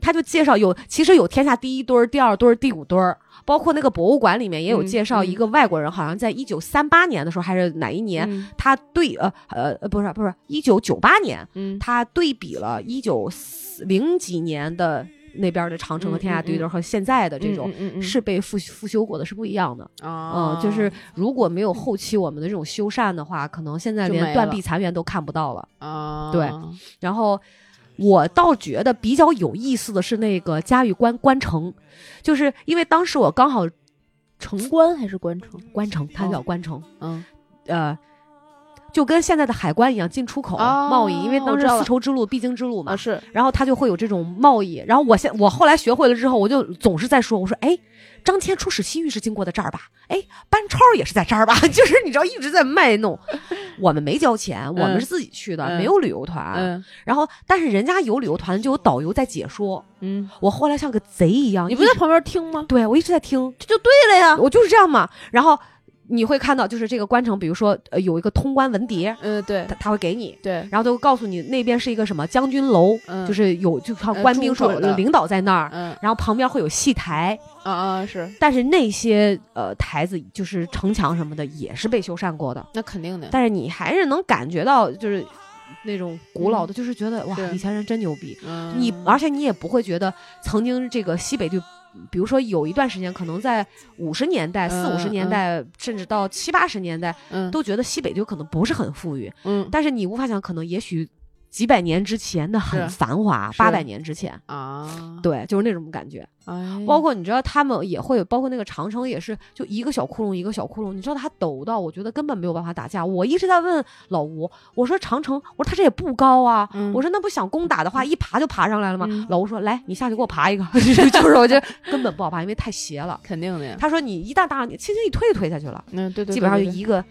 Speaker 3: 他就介绍有，其实有天下第一墩儿、第二墩儿、第五墩儿，包括那个博物馆里面也有
Speaker 1: 嗯
Speaker 3: 介绍，
Speaker 1: 嗯
Speaker 3: 一个外国人好像在一九三八年的时候还是哪一年，
Speaker 1: 嗯
Speaker 3: 他对呃呃不是不是一九九八年，
Speaker 1: 嗯
Speaker 3: 他对比了一九零几年的那边的长城和天下第一墩儿和现在的这种。
Speaker 1: 嗯嗯嗯
Speaker 3: 是被复复修过的，是不一样的。
Speaker 1: 啊
Speaker 3: 嗯，就是如果没有后期我们的这种修缮的话，可能现在
Speaker 1: 就
Speaker 3: 连
Speaker 1: 没
Speaker 3: 断
Speaker 1: 了
Speaker 3: 壁残垣都看不到了。
Speaker 1: 啊
Speaker 3: 对然后我倒觉得比较有意思的是那个嘉峪关关城，就是因为当时我刚好
Speaker 1: 城关还是关城？
Speaker 3: 关城，它
Speaker 1: 哦
Speaker 3: 叫关城，
Speaker 1: 嗯
Speaker 3: 呃。就跟现在的海关一样，进出口、
Speaker 1: 哦
Speaker 3: 贸易，因为
Speaker 1: 我
Speaker 3: 当时
Speaker 1: 知道
Speaker 3: 丝
Speaker 1: 了
Speaker 3: 绸之路、必经之路嘛，
Speaker 1: 啊是
Speaker 3: 然后它就会有这种贸易。然后我现我后来学会了之后，我就总是在说，我说哎，张骞出使西域是经过的这儿吧？哎，班超也是在这儿吧？ 就是你知道一直在卖弄。 我们没交钱，我们是自己去的，
Speaker 1: 嗯
Speaker 3: 没有旅游团。
Speaker 1: 嗯
Speaker 3: 然后但是人家有旅游团，就有导游在解说。
Speaker 1: 嗯，
Speaker 3: 我后来像个贼一样，
Speaker 1: 你不
Speaker 3: 一
Speaker 1: 在啊
Speaker 3: 直
Speaker 1: 旁边听吗？
Speaker 3: 对我一直在听，
Speaker 1: 这就对了呀。
Speaker 3: 我就是这样嘛。然后你会看到，就是这个关城，比如说呃有一个通关文牒，
Speaker 1: 嗯，对
Speaker 3: 他他会给你。
Speaker 1: 对，
Speaker 3: 然后就告诉你那边是一个什么将军楼，
Speaker 1: 嗯
Speaker 3: 就是有就像
Speaker 1: 呃
Speaker 3: 官兵
Speaker 1: 驻守
Speaker 3: 说
Speaker 1: 的
Speaker 3: 领导在那儿，
Speaker 1: 嗯
Speaker 3: 然后旁边会有戏台，
Speaker 1: 啊啊是，
Speaker 3: 但是那些呃台子就是城墙什么的也是被修缮过的，
Speaker 1: 那肯定的。
Speaker 3: 但是你还是能感觉到就是那种古老的，就是觉得哇
Speaker 1: 嗯是
Speaker 3: 以前人真牛逼，
Speaker 1: 嗯
Speaker 3: 你而且你也不会觉得曾经这个西北就。比如说，有一段时间，可能在五十年代、四五十
Speaker 1: 嗯
Speaker 3: 年代，甚至到七八十年代，
Speaker 1: 嗯
Speaker 3: 都觉得西北就可能不是很富裕。
Speaker 1: 嗯
Speaker 3: 但是你无法想，可能也许几百年之前那很
Speaker 1: 是
Speaker 3: 繁华，
Speaker 1: 是
Speaker 3: 八百年之前，
Speaker 1: 啊，
Speaker 3: 对，就是那种感觉。
Speaker 1: 哎
Speaker 3: 包括你知道，他们也会，包括那个长城也是，就一个小窟窿一个小窟窿，你知道它陡到我觉得根本没有办法打架。我一直在问老吴，我说长城，我说它这也不高啊，
Speaker 1: 嗯
Speaker 3: 我说那不想攻打的话，一爬就爬上来了吗？
Speaker 1: 嗯
Speaker 3: 老吴说来，你下去给我爬一个， 就是我觉得根本不好爬，因为太斜了。
Speaker 1: 肯定的呀。
Speaker 3: 他说你一旦搭上去，轻轻一推就推下去了。
Speaker 1: 嗯，对对，
Speaker 3: 基本上
Speaker 1: 对
Speaker 3: 就
Speaker 1: 对
Speaker 3: 一个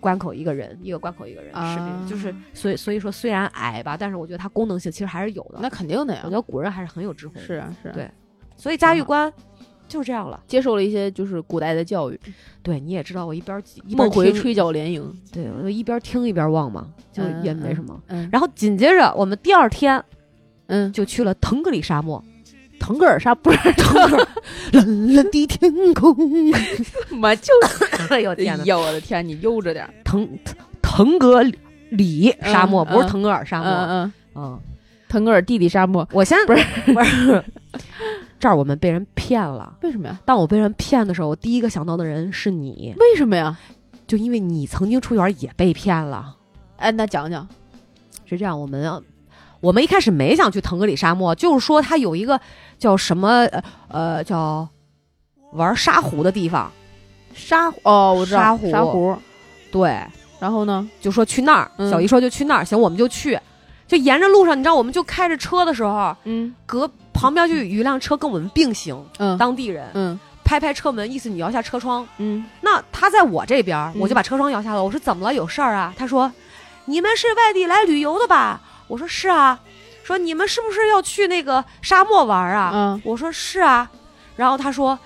Speaker 3: 关口一个人，一个关口一个人，是这种，就是
Speaker 1: 啊
Speaker 3: 所以所以说虽然矮吧，但是我觉得它功能性其实还是有的。
Speaker 1: 那肯定的呀
Speaker 3: 我觉。得古人还是很有智慧的，
Speaker 1: 是啊是啊，
Speaker 3: 对所以嘉峪关就是这样了。
Speaker 1: 接受了一些就是古代的教育，
Speaker 3: 对，你也知道我一边儿一边
Speaker 1: 梦
Speaker 3: 儿
Speaker 1: 回
Speaker 3: 听
Speaker 1: 吹角连营。
Speaker 3: 对，我就一边儿听一边儿望嘛，就
Speaker 1: 嗯
Speaker 3: 也没什么。
Speaker 1: 嗯
Speaker 3: 然后紧接着我们第二天
Speaker 1: 嗯，
Speaker 3: 就去了腾格里沙漠，
Speaker 1: 腾格尔沙不是
Speaker 3: 腾格尔蓝蓝的天空，
Speaker 1: 嘛，就
Speaker 3: 哎 呦
Speaker 1: 是
Speaker 3: 天哪，
Speaker 1: 呀，我的天，你悠着点儿。
Speaker 3: 腾腾格里沙漠
Speaker 1: 嗯
Speaker 3: 不是
Speaker 1: 嗯
Speaker 3: 腾格尔沙
Speaker 1: 嗯
Speaker 3: 漠，
Speaker 1: 嗯，
Speaker 3: 嗯，
Speaker 1: 腾格尔弟弟沙漠
Speaker 3: 我先
Speaker 1: 不
Speaker 3: 是 不是，这儿我们被人骗了。
Speaker 1: 为什么呀？
Speaker 3: 当我被人骗的时候，我第一个想到的人是你，
Speaker 1: 为什么呀？
Speaker 3: 就因为你曾经出园也被骗了。
Speaker 1: 哎，那讲讲。
Speaker 3: 是这样，我们啊我们一开始没想去腾格里沙漠，就是说它有一个叫什么呃呃叫玩沙湖的地方，
Speaker 1: 沙哦，我知道
Speaker 3: 沙湖
Speaker 1: 沙湖。
Speaker 3: 对，
Speaker 1: 然后呢？
Speaker 3: 就说去那儿。
Speaker 1: 嗯
Speaker 3: 小姨说就去那儿，行，我们就去。就沿着路上，你知道，我们就开着车的时候，
Speaker 1: 嗯
Speaker 3: 隔旁边就有一辆车跟我们并行，
Speaker 1: 嗯
Speaker 3: 当地人
Speaker 1: 嗯
Speaker 3: 拍拍车门，意思你摇下车窗。
Speaker 1: 嗯，
Speaker 3: 那他在我这边儿，
Speaker 1: 嗯
Speaker 3: 我就把车窗摇下了。我说怎么了？有事儿啊？他说，你们是外地来旅游的吧？我说是啊。说你们是不是要去那个沙漠玩儿啊？
Speaker 1: 嗯
Speaker 3: 我说是啊。然后他说，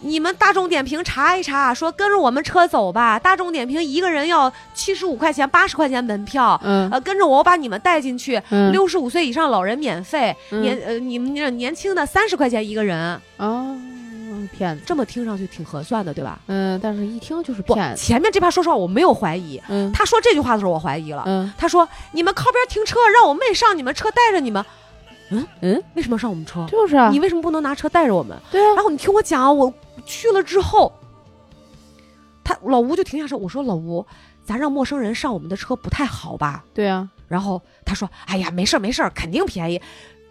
Speaker 3: 你们大众点评查一查，说跟着我们车走吧。大众点评一个人要七十五块钱、八十块钱门票，
Speaker 1: 嗯
Speaker 3: 呃，跟着我，我把你们带进去。
Speaker 1: 嗯
Speaker 3: 六十五岁以上老人免费，
Speaker 1: 嗯
Speaker 3: 年呃你们这年轻的三十块钱一个人，
Speaker 1: 啊骗子，
Speaker 3: 这么听上去挺合算的，对吧？
Speaker 1: 嗯，但是一听就是
Speaker 3: 不
Speaker 1: 骗，子，
Speaker 3: 前面这趴说实话我没有怀疑，
Speaker 1: 嗯
Speaker 3: 他说这句话的时候我怀疑了。
Speaker 1: 嗯
Speaker 3: 他说你们靠边停车，让我妹上你们车带着你们。嗯
Speaker 1: 嗯，
Speaker 3: 为什么要上我们车？
Speaker 1: 就是啊
Speaker 3: 你，为什么不能拿车带着我们？
Speaker 1: 对啊，
Speaker 3: 然后你听我讲啊，我去了之后，他老吴就停下车，我说老吴，咱让陌生人上我们的车不太好吧？
Speaker 1: 对啊，
Speaker 3: 然后他说：“哎呀，没事儿没事儿，肯定便宜。”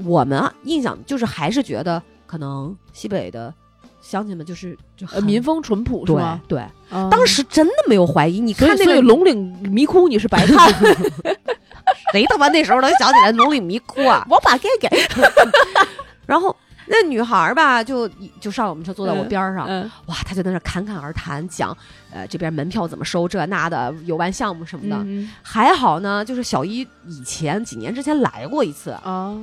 Speaker 3: 我们啊，印象就是还是觉得可能西北的乡亲们就是就
Speaker 1: 呃，
Speaker 3: 很
Speaker 1: 民风淳朴是
Speaker 3: 对
Speaker 1: 吗？
Speaker 3: 对，
Speaker 1: 嗯
Speaker 3: 当时真的没有怀疑。你
Speaker 1: 所
Speaker 3: 看
Speaker 1: 以
Speaker 3: 那
Speaker 1: 所以
Speaker 3: 个
Speaker 1: 龙岭迷窟你是白 看，
Speaker 3: 谁他妈那时候能想起来龙岭迷窟啊？
Speaker 1: 我把盖盖，
Speaker 3: 然后那女孩儿吧，就就上我们车坐在我边儿上，
Speaker 1: 嗯
Speaker 3: 哇，她就在那儿侃侃而谈，讲呃这边门票怎么收这那的游玩项目什么的。
Speaker 1: 嗯
Speaker 3: 还好呢，就是小一以前几年之前来过一次，
Speaker 1: 啊，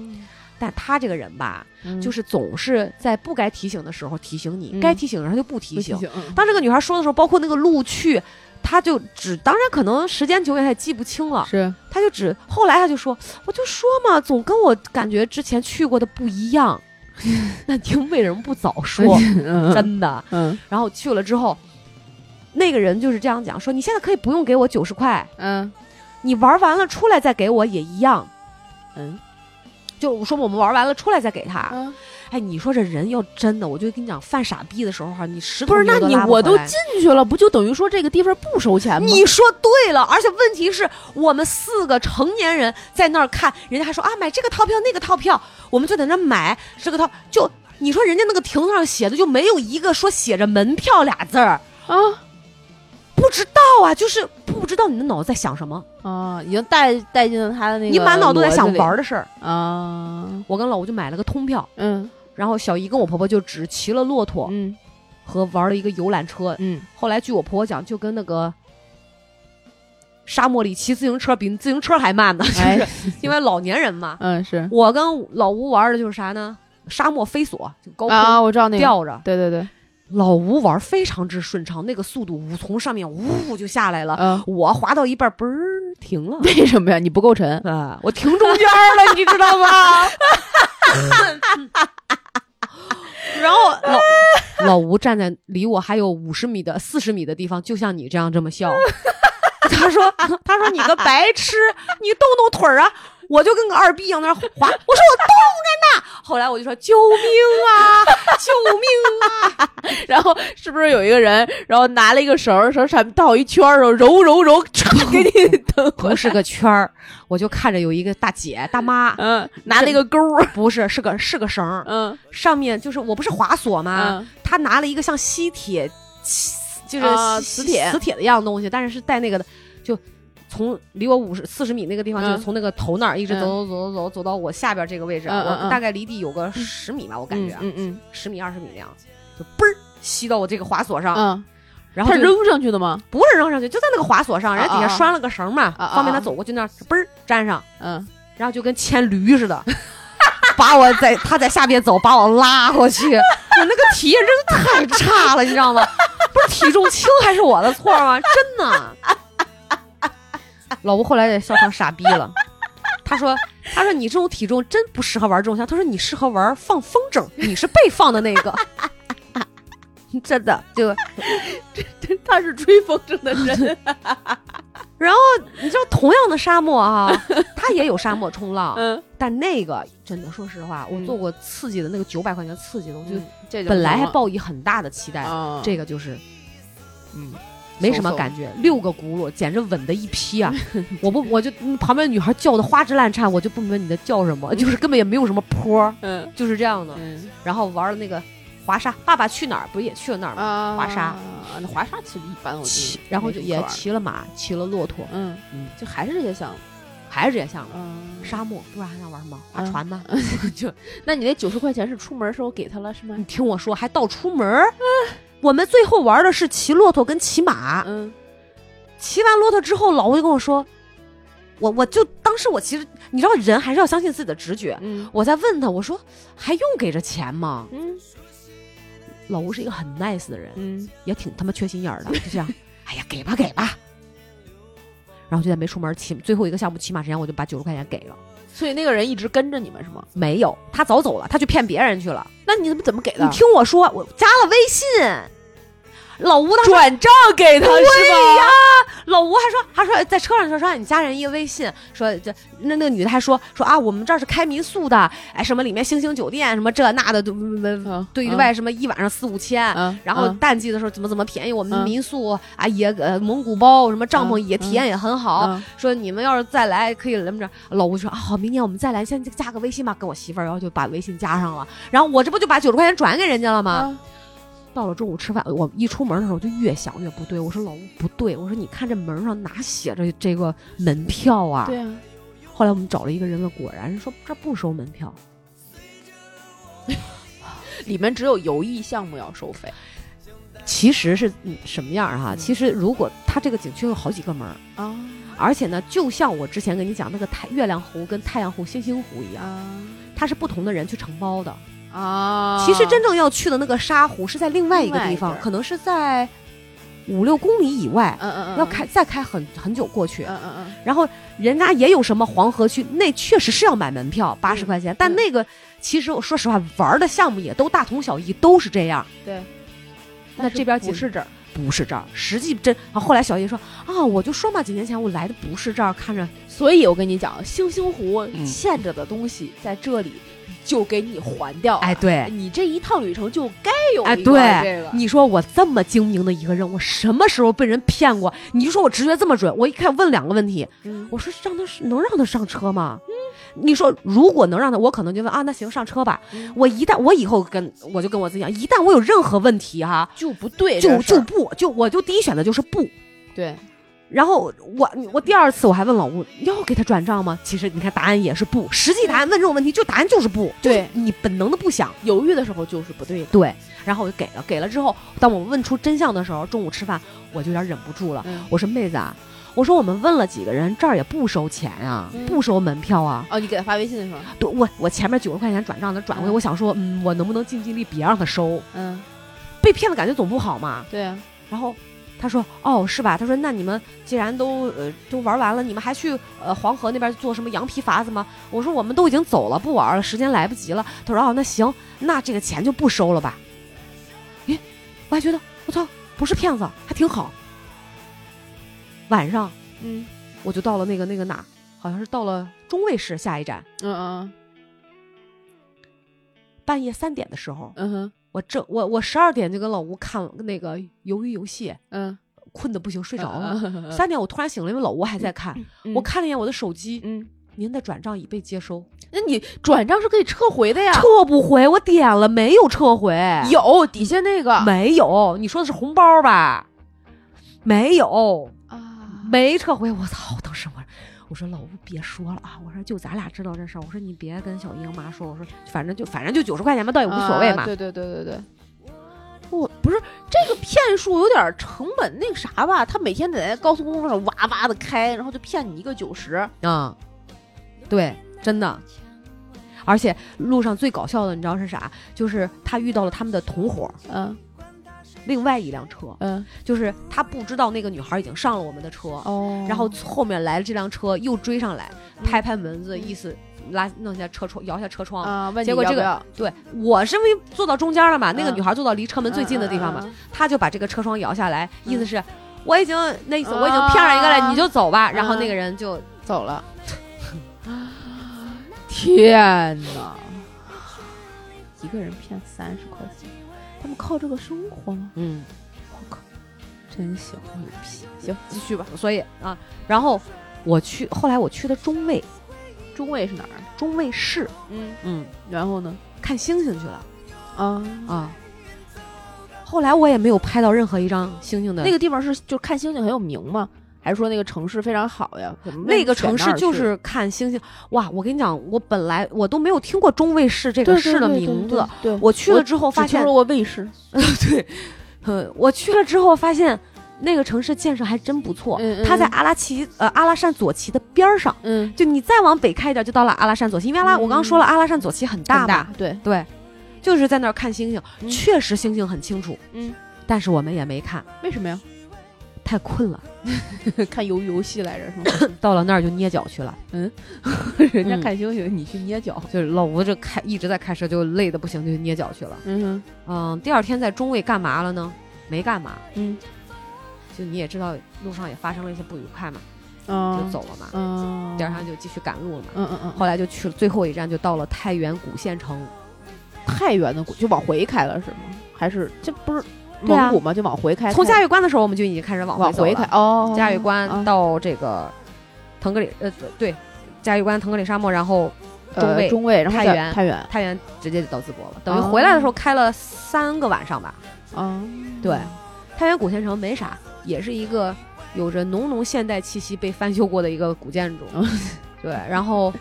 Speaker 3: 但她这个人吧，就是是总是在不该提醒的时候提醒你，
Speaker 1: 嗯
Speaker 3: 该提醒的时候他就不提醒。
Speaker 1: 嗯
Speaker 3: 当这个女孩说的时候，包括那个路去，她就只当然可能时间久远她也记不清了，
Speaker 1: 是
Speaker 3: 她就只后来她就说，我就说嘛，总跟我感觉之前去过的不一样。 那您为什么不早说？
Speaker 1: 嗯
Speaker 3: 真的。
Speaker 1: 嗯
Speaker 3: 然后去了之后，那个人就是这样讲说，你现在可以不用给我九十块，
Speaker 1: 嗯
Speaker 3: 你玩完了出来再给我也一样。
Speaker 1: 嗯
Speaker 3: 就我说我们玩完了出来再给他。
Speaker 1: 嗯，
Speaker 3: 哎，你说这人要真的，我就跟你讲，犯傻逼的时候哈，你十
Speaker 1: 不是，那你我都
Speaker 3: 进
Speaker 1: 进去了，不就等于说这个地方不收钱吗？
Speaker 3: 你说对了，而且问题是我们四个成年人在那儿看，人家还说啊买这个套票那个套票，我们就在那买这个套，就你说人家那个亭子上写的就没有一个说写着门票俩字儿，
Speaker 1: 啊
Speaker 3: 不知道啊，就是不知道你的脑子在想什么，
Speaker 1: 啊，已经带带进了他的那个，
Speaker 3: 你满脑都在想玩儿的事儿。
Speaker 1: 啊，
Speaker 3: 我跟老吴就买了个通票，
Speaker 1: 嗯
Speaker 3: 然后小姨跟我婆婆就只骑了骆驼
Speaker 1: 嗯
Speaker 3: 和玩了一个游览车，
Speaker 1: 嗯，
Speaker 3: 后来据我婆婆讲，就跟那个沙漠里骑自行车比自行车还慢呢，就是、
Speaker 1: 哎，
Speaker 3: 因为老年人嘛。
Speaker 1: 嗯是
Speaker 3: 我跟老吴玩的就是啥呢？沙漠飞索，就高空
Speaker 1: 啊，我知道那个，
Speaker 3: 吊着。
Speaker 1: 对对对，
Speaker 3: 老吴玩非常之顺畅，那个速度呜从上面呜就下来了。
Speaker 1: 嗯，，
Speaker 3: 我滑到一半，嘣儿停了
Speaker 1: 为什么呀？你不够 沉，
Speaker 3: 啊，我停中间儿了，你知道吗？然后老老吴站在离我还有五十米的四十米的地方，就像你这样这 么笑。他说：“他说你个白痴，你动动腿儿啊！”我就跟个二逼一样在那儿滑。我说我动着呢。后来我就说：“救命啊！救命啊！”
Speaker 1: 然后是不是有一个人，然后拿了一个绳儿，绳儿上面倒一圈儿，然后揉揉 揉，唰给你蹬回
Speaker 3: 不
Speaker 1: 来，
Speaker 3: 是个圈儿， 我就看着有一个大姐大妈，
Speaker 1: 嗯， 拿那个钩儿，
Speaker 3: 不是是个是个绳儿，
Speaker 1: 嗯
Speaker 3: 上面就是我不是滑索吗？
Speaker 1: 啊，
Speaker 3: 他拿了一个像吸铁，就是
Speaker 1: 啊
Speaker 3: 吸
Speaker 1: 磁铁
Speaker 3: 磁铁的一样东西，但是是带那个的，就从离我五十四十米那个地方，
Speaker 1: 嗯
Speaker 3: 就是从那个头那儿一直
Speaker 1: 嗯
Speaker 3: 走走走走走走到我下边这个位置，啊
Speaker 1: 嗯嗯嗯
Speaker 3: 我大概离地有个十米吧，我感觉啊
Speaker 1: 嗯嗯
Speaker 3: 十、米二十米那样，就嘣儿吸到我这个滑索上，
Speaker 1: 嗯，
Speaker 3: 然后
Speaker 1: 他
Speaker 3: 就
Speaker 1: 扔上去的吗？
Speaker 3: 不是扔上去，就在那个滑索上，人家底下
Speaker 1: 啊啊啊
Speaker 3: 拴了个绳嘛，
Speaker 1: 啊啊
Speaker 3: 方便他走过去那儿嘣儿粘上，
Speaker 1: 嗯，
Speaker 3: 然后就跟牵驴似的。 把我在他在下边走，把我拉过去，我那个体验真的太差了，你知道吗？不是体重轻还是我的错吗？真的。老吴后来也笑成傻逼了，他说：“他说你这种体重真不适合玩这种项，他说你适合玩放风筝，你是被放的那个。”真的就，
Speaker 1: 他是吹风筝的 人，
Speaker 3: 然后你知道同样的沙漠啊，它也有沙漠冲浪，
Speaker 1: 嗯，
Speaker 3: 但那个真的，说实话，我
Speaker 1: 嗯
Speaker 3: 做过刺激的那个九百块钱刺激的，我就
Speaker 1: 就这就
Speaker 3: 本来还
Speaker 1: 报
Speaker 3: 抱以很大的期待，
Speaker 1: 啊，
Speaker 3: 这个就是
Speaker 1: 嗯，
Speaker 3: 没什么
Speaker 1: 嗖嗖
Speaker 3: 感觉，六个轱辘简直稳的一 批啊！我不，我就嗯旁边女孩叫的花枝乱颤，我就不明白你在叫什么，就是根本也没有什么坡儿，
Speaker 1: 嗯
Speaker 3: 就是这样的。
Speaker 1: 嗯
Speaker 3: 然后玩了那个滑沙，《爸爸去哪儿》不是也去了那儿吗？
Speaker 1: 啊，
Speaker 3: 滑沙
Speaker 1: 那滑沙其实一般，我觉
Speaker 3: 骑
Speaker 1: 得，
Speaker 3: 然后就
Speaker 1: 啊没什么可
Speaker 3: 也
Speaker 1: 玩儿，
Speaker 3: 骑了马，骑了骆驼，
Speaker 1: 嗯
Speaker 3: 嗯
Speaker 1: 嗯，就还是这些项目，
Speaker 3: 还是这些项目。
Speaker 1: 嗯，
Speaker 3: 沙漠，不然还想玩什么？划
Speaker 1: 嗯
Speaker 3: 船呢？就
Speaker 1: 那你那九十块钱是出门时候给他了是吗
Speaker 3: 你？听我说，还倒出门儿。我们最后玩的是骑骆驼跟骑马。
Speaker 1: 嗯，
Speaker 3: 骑完骆驼之后，老吴就跟我说，我我就当时我其实你知道，人还是要相信自己的直觉。
Speaker 1: 嗯
Speaker 3: 我在问他，我说还用给这钱吗？
Speaker 1: 嗯
Speaker 3: 老吴是一个很 nice 的人，
Speaker 1: 嗯，
Speaker 3: 也挺他妈缺心眼儿的，就这样，哎呀，给吧给吧。然后就在没出门骑最后一个项目骑马之前，我就把九十块钱给了。
Speaker 1: 所以那个人一直跟着你们是吗？
Speaker 3: 没有，他早走了，他去骗别人去了。
Speaker 1: 那你怎么怎么给
Speaker 3: 你
Speaker 1: 的？
Speaker 3: 听我说，我加了微信。老吴当时
Speaker 1: 转账给他是啊
Speaker 3: 对呀
Speaker 1: 吗？，
Speaker 3: 老吴还说，还说在车上说说啊让你加人一个微信，说这那那个女的还说说啊，我们这儿是开民宿的，哎，什么里面星星酒店什么这那的，对
Speaker 1: 嗯
Speaker 3: 对外什么一晚上四五千，
Speaker 1: 嗯，
Speaker 3: 然后
Speaker 1: 嗯
Speaker 3: 淡季的时候怎么怎么便宜，我们
Speaker 1: 嗯
Speaker 3: 民宿啊也呃蒙古包什么帐篷
Speaker 1: 嗯
Speaker 3: 也体验也很好，
Speaker 1: 嗯
Speaker 3: 说你们要是再来可以怎么着？老吴说啊好，明年我们再来，先加个微信吧，跟我媳妇儿，然后就把微信加上了，然后我这不就把九十块钱转给人家了吗？
Speaker 1: 啊
Speaker 3: 到了中午吃饭，我一出门的时候就越想越不对，我说老吴不对，我说你看这门上哪写着这个门票啊？
Speaker 1: 对啊，
Speaker 3: 后来我们找了一个人问，果然人说这不收门票。
Speaker 1: 里面只有游艺项目要收费。
Speaker 3: 其实是、嗯什么样儿哈、
Speaker 1: 嗯
Speaker 3: 其实如果它这个景区有好几个门儿，
Speaker 1: 啊
Speaker 3: 而且呢，就像我之前跟你讲那个太月亮湖跟太阳湖、星星湖一样，
Speaker 1: 啊
Speaker 3: 它是不同的人去承包的。
Speaker 1: 啊！
Speaker 3: 其实真正要去的那个沙湖是在另外一个
Speaker 1: 另外
Speaker 3: 地
Speaker 1: 一
Speaker 3: 方，
Speaker 1: 个
Speaker 3: 可能是在五六公里以外，
Speaker 1: 嗯嗯嗯，
Speaker 3: 要开再开很很久过去。
Speaker 1: 嗯嗯
Speaker 3: 然后人家也有什么黄河区，那确实是要买门票，八
Speaker 1: 嗯
Speaker 3: 十块钱。但那个其实我说实话，玩儿的项目也都大同小异，都是这样。
Speaker 1: 嗯，对。
Speaker 3: 那这边
Speaker 1: 不
Speaker 3: 景
Speaker 1: 是这儿，
Speaker 3: 不是这儿，实际真啊。后来小叶说啊，我就说嘛，几年前我来的不是这儿，看着
Speaker 1: 所以我跟你讲，星星湖
Speaker 3: 嗯
Speaker 1: 欠着的东西在这里就给你还掉了。
Speaker 3: 哎，对。
Speaker 1: 你这一趟旅程就该有
Speaker 3: 哎
Speaker 1: 一个
Speaker 3: 对
Speaker 1: 这个，
Speaker 3: 你说我这么精明的一个人，我什么时候被人骗过？你就说我直觉这么准，我一看问两个问题，
Speaker 1: 嗯
Speaker 3: 我说让他能让他上车吗？你说如果能让他，我可能就问啊，那行上车吧。
Speaker 1: 嗯
Speaker 3: 我一旦我以后跟我就跟我自己讲，一旦我有任何问题哈、
Speaker 1: 就不对这
Speaker 3: 就
Speaker 1: 事儿，
Speaker 3: 就不就我就第一选择就是不。
Speaker 1: 对，
Speaker 3: 然后我我第二次我还问老吴要给他转账吗？其实你看答案也是不，实际答案问这种问题就答案就是不，就是
Speaker 1: 对
Speaker 3: 你本能的不想
Speaker 1: 犹豫的时候就是不对的。
Speaker 3: 对。然后我就给了，给了之后，当我问出真相的时候，中午吃饭我就有点忍不住了，
Speaker 1: 嗯，
Speaker 3: 我说妹子啊，我说我们问了几个人，这儿也不收钱啊，
Speaker 1: 嗯
Speaker 3: 不收门票啊。
Speaker 1: 哦，你给他发微信的时候，
Speaker 3: 对，我我前面九十块钱转账的转过去，
Speaker 1: 嗯
Speaker 3: 我想说，嗯，我能不能尽尽力别让他收？
Speaker 1: 嗯，
Speaker 3: 被骗的感觉总不好嘛。
Speaker 1: 对啊，
Speaker 3: 然后他说：“哦，是吧？”他说：“那你们既然都呃都玩完了，你们还去呃黄河那边做什么羊皮筏子吗？”我说：“我们都已经走了，不玩了，时间来不及了。”他说：“哦，那行，那这个钱就不收了吧。”咦，我还觉得我操，不是骗子，还挺好。晚上
Speaker 1: 嗯
Speaker 3: 我就到了那个那个哪儿，好像是到了中卫市下一站，
Speaker 1: 嗯嗯
Speaker 3: 半夜三点的时候，
Speaker 1: 嗯哼
Speaker 3: 我正我我十二点就跟老吴看了那个《鱿鱼游戏》，
Speaker 1: 嗯，
Speaker 3: 困得不行，睡
Speaker 1: 睡
Speaker 3: 着了。
Speaker 1: 了，
Speaker 3: 三点我突然醒了，因为老吴还在看。我，看了一眼我的手机，
Speaker 1: 嗯，
Speaker 3: 您的转账已被接收，
Speaker 1: 那你转账是可以撤回的呀，
Speaker 3: 撤不回。我点了没有撤回？
Speaker 1: 有啊底下那个
Speaker 3: 没有？你说的是红包吧？没有，
Speaker 1: 啊
Speaker 3: 没撤回。我操！当时我我说老吴别说了啊！我说就咱俩知道这事儿。我说你别跟小英妈说。我说反正就反正就九十块钱嘛，倒也无所谓嘛。
Speaker 1: 啊对对对对对。我不是这个骗术有点成本那个啥吧？他每天在那高速公路上哇哇的开，然后就骗你一个九十。
Speaker 3: 啊、对，真的。而且路上最搞笑的，你知道是啥？就是他遇到了他们的同伙，
Speaker 1: 嗯
Speaker 3: 另外一辆车，
Speaker 1: 嗯
Speaker 3: 就是他不知道那个女孩已经上了我们的车，
Speaker 1: 哦
Speaker 3: 然后后面来了这辆车又追上来，拍拍门子，意思拉弄下车窗，摇下车窗。
Speaker 1: 啊，问你
Speaker 3: 结果
Speaker 1: 要
Speaker 3: 这
Speaker 1: 不
Speaker 3: 个
Speaker 1: 要
Speaker 3: 对我是因为坐到中间了嘛，那个
Speaker 1: 嗯
Speaker 3: 女孩坐到离车门最近的地方嘛，，
Speaker 1: 嗯嗯嗯
Speaker 3: 他就把这个车窗摇下来，
Speaker 1: 嗯
Speaker 3: 意思是。我已经那意思，
Speaker 1: 啊
Speaker 3: 我已经骗上一个了，你就走吧。然后
Speaker 1: 嗯
Speaker 3: 那个人就
Speaker 1: 嗯走了。天哪！一个人骗三十块钱，他们靠这个生活吗？
Speaker 3: 嗯，
Speaker 1: 我靠，真行，牛逼！行，继续吧。
Speaker 3: 所以啊，然后我去，后来我去的中卫，
Speaker 1: 中卫是哪儿？
Speaker 3: 中卫市，
Speaker 1: 嗯，
Speaker 3: 嗯，
Speaker 1: 然后呢？
Speaker 3: 看星星去了
Speaker 1: 啊
Speaker 3: 啊。后来我也没有拍到任何一张星星的
Speaker 1: 那个地方是就看星星很有名嘛，还是说那个城市非常好呀？怎么
Speaker 3: 那个城
Speaker 1: 选
Speaker 3: 市
Speaker 1: 哪儿
Speaker 3: 就
Speaker 1: 去
Speaker 3: 是看星星。哇，我跟你讲，我本来我都没有听过中卫市这
Speaker 1: 对对
Speaker 3: 个市的
Speaker 1: 对对
Speaker 3: 名
Speaker 1: 对
Speaker 3: 字，
Speaker 1: 对，
Speaker 3: 我去
Speaker 1: 我
Speaker 3: 了之后
Speaker 1: 只
Speaker 3: 发
Speaker 1: 听
Speaker 3: 现
Speaker 1: 说，过卫视，
Speaker 3: 对，呃，我去了之后发现那个城市建设还真不错。
Speaker 1: 嗯嗯
Speaker 3: 它在
Speaker 1: 嗯
Speaker 3: 阿拉奇呃阿拉善左旗的边儿上，
Speaker 1: 嗯
Speaker 3: 就你再往北开一点就到了阿拉善左旗，因为阿拉、我刚刚说了阿拉善左旗很大
Speaker 1: 很
Speaker 3: 嘛，
Speaker 1: 大对，
Speaker 3: 对，就是在那儿看星星，
Speaker 1: 嗯
Speaker 3: 确实星星很清楚，
Speaker 1: 嗯，
Speaker 3: 但是我们也没看，
Speaker 1: 为什么呀？
Speaker 3: 太困了，
Speaker 1: 看游游戏来着是吗？
Speaker 3: 到了那儿就捏脚去了。
Speaker 1: 人
Speaker 3: 嗯
Speaker 1: 看星星，你去捏脚。
Speaker 3: 就是老吴这开一直在开车，就累得不行，就捏脚去了。
Speaker 1: 嗯
Speaker 3: 嗯，第二天在中卫干嘛了呢？没干嘛，
Speaker 1: 哼嗯
Speaker 3: 就你也知道路上也发生了一些不愉快嘛，
Speaker 1: 嗯，
Speaker 3: 就走了嘛。
Speaker 1: 嗯，
Speaker 3: 第二天就继续赶路了嘛。
Speaker 1: 嗯嗯嗯，
Speaker 3: 后来就去了最后一站，就到了太原古县城。
Speaker 1: 太原的古就往回开了是吗？还是这不是
Speaker 3: 对啊
Speaker 1: 蒙古吗？就往回开，
Speaker 3: 从
Speaker 1: 开
Speaker 3: 嘉峪关的时候，我们就已经开始往
Speaker 1: 往
Speaker 3: 走
Speaker 1: 回开
Speaker 3: 了。
Speaker 1: 哦，
Speaker 3: 嘉峪
Speaker 1: 啊
Speaker 3: 关到这个腾格里，呃，对，嘉峪关腾格里沙漠，然后中
Speaker 1: 呃
Speaker 3: 卫
Speaker 1: 中卫，然后
Speaker 3: 太
Speaker 1: 再
Speaker 3: 原
Speaker 1: 太原
Speaker 3: 太原直接就到淄博了。等于
Speaker 1: 哦
Speaker 3: 回来的时候开了三个晚上吧。
Speaker 1: 啊，
Speaker 3: 对，太原古县城没啥，也是一个有着浓浓现代气息被翻修过的一个古建筑。
Speaker 1: 嗯
Speaker 3: 对，然后，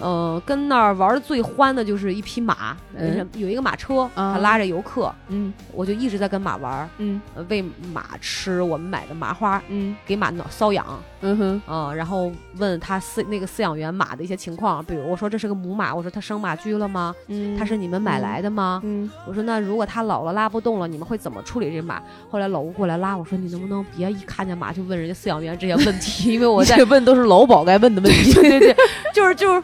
Speaker 3: 呃，跟那儿玩的最欢的就是一匹马，
Speaker 1: 嗯
Speaker 3: 有一个马车，
Speaker 1: 啊
Speaker 3: 它拉着游客，
Speaker 1: 嗯
Speaker 3: 我就一直在跟马玩儿，
Speaker 1: 嗯
Speaker 3: 呃喂马吃，我们买的麻花。
Speaker 1: 嗯
Speaker 3: 给马挠瘙痒啊、
Speaker 1: 嗯哼
Speaker 3: 然后问他饲那个饲养员马的一些情况，比如我说这是个母马，我说它生马驹了吗？
Speaker 1: 嗯，
Speaker 3: 它是你们买来的吗？
Speaker 1: 嗯
Speaker 3: 我说那如果它老了拉不动了，你们会怎么处理这马？后来老吴过来拉我说你能不能别一看见马就问人家饲养员这些问题，因 为我在
Speaker 1: 这问都是老鸨该问的问题，对对对，
Speaker 3: 就是就是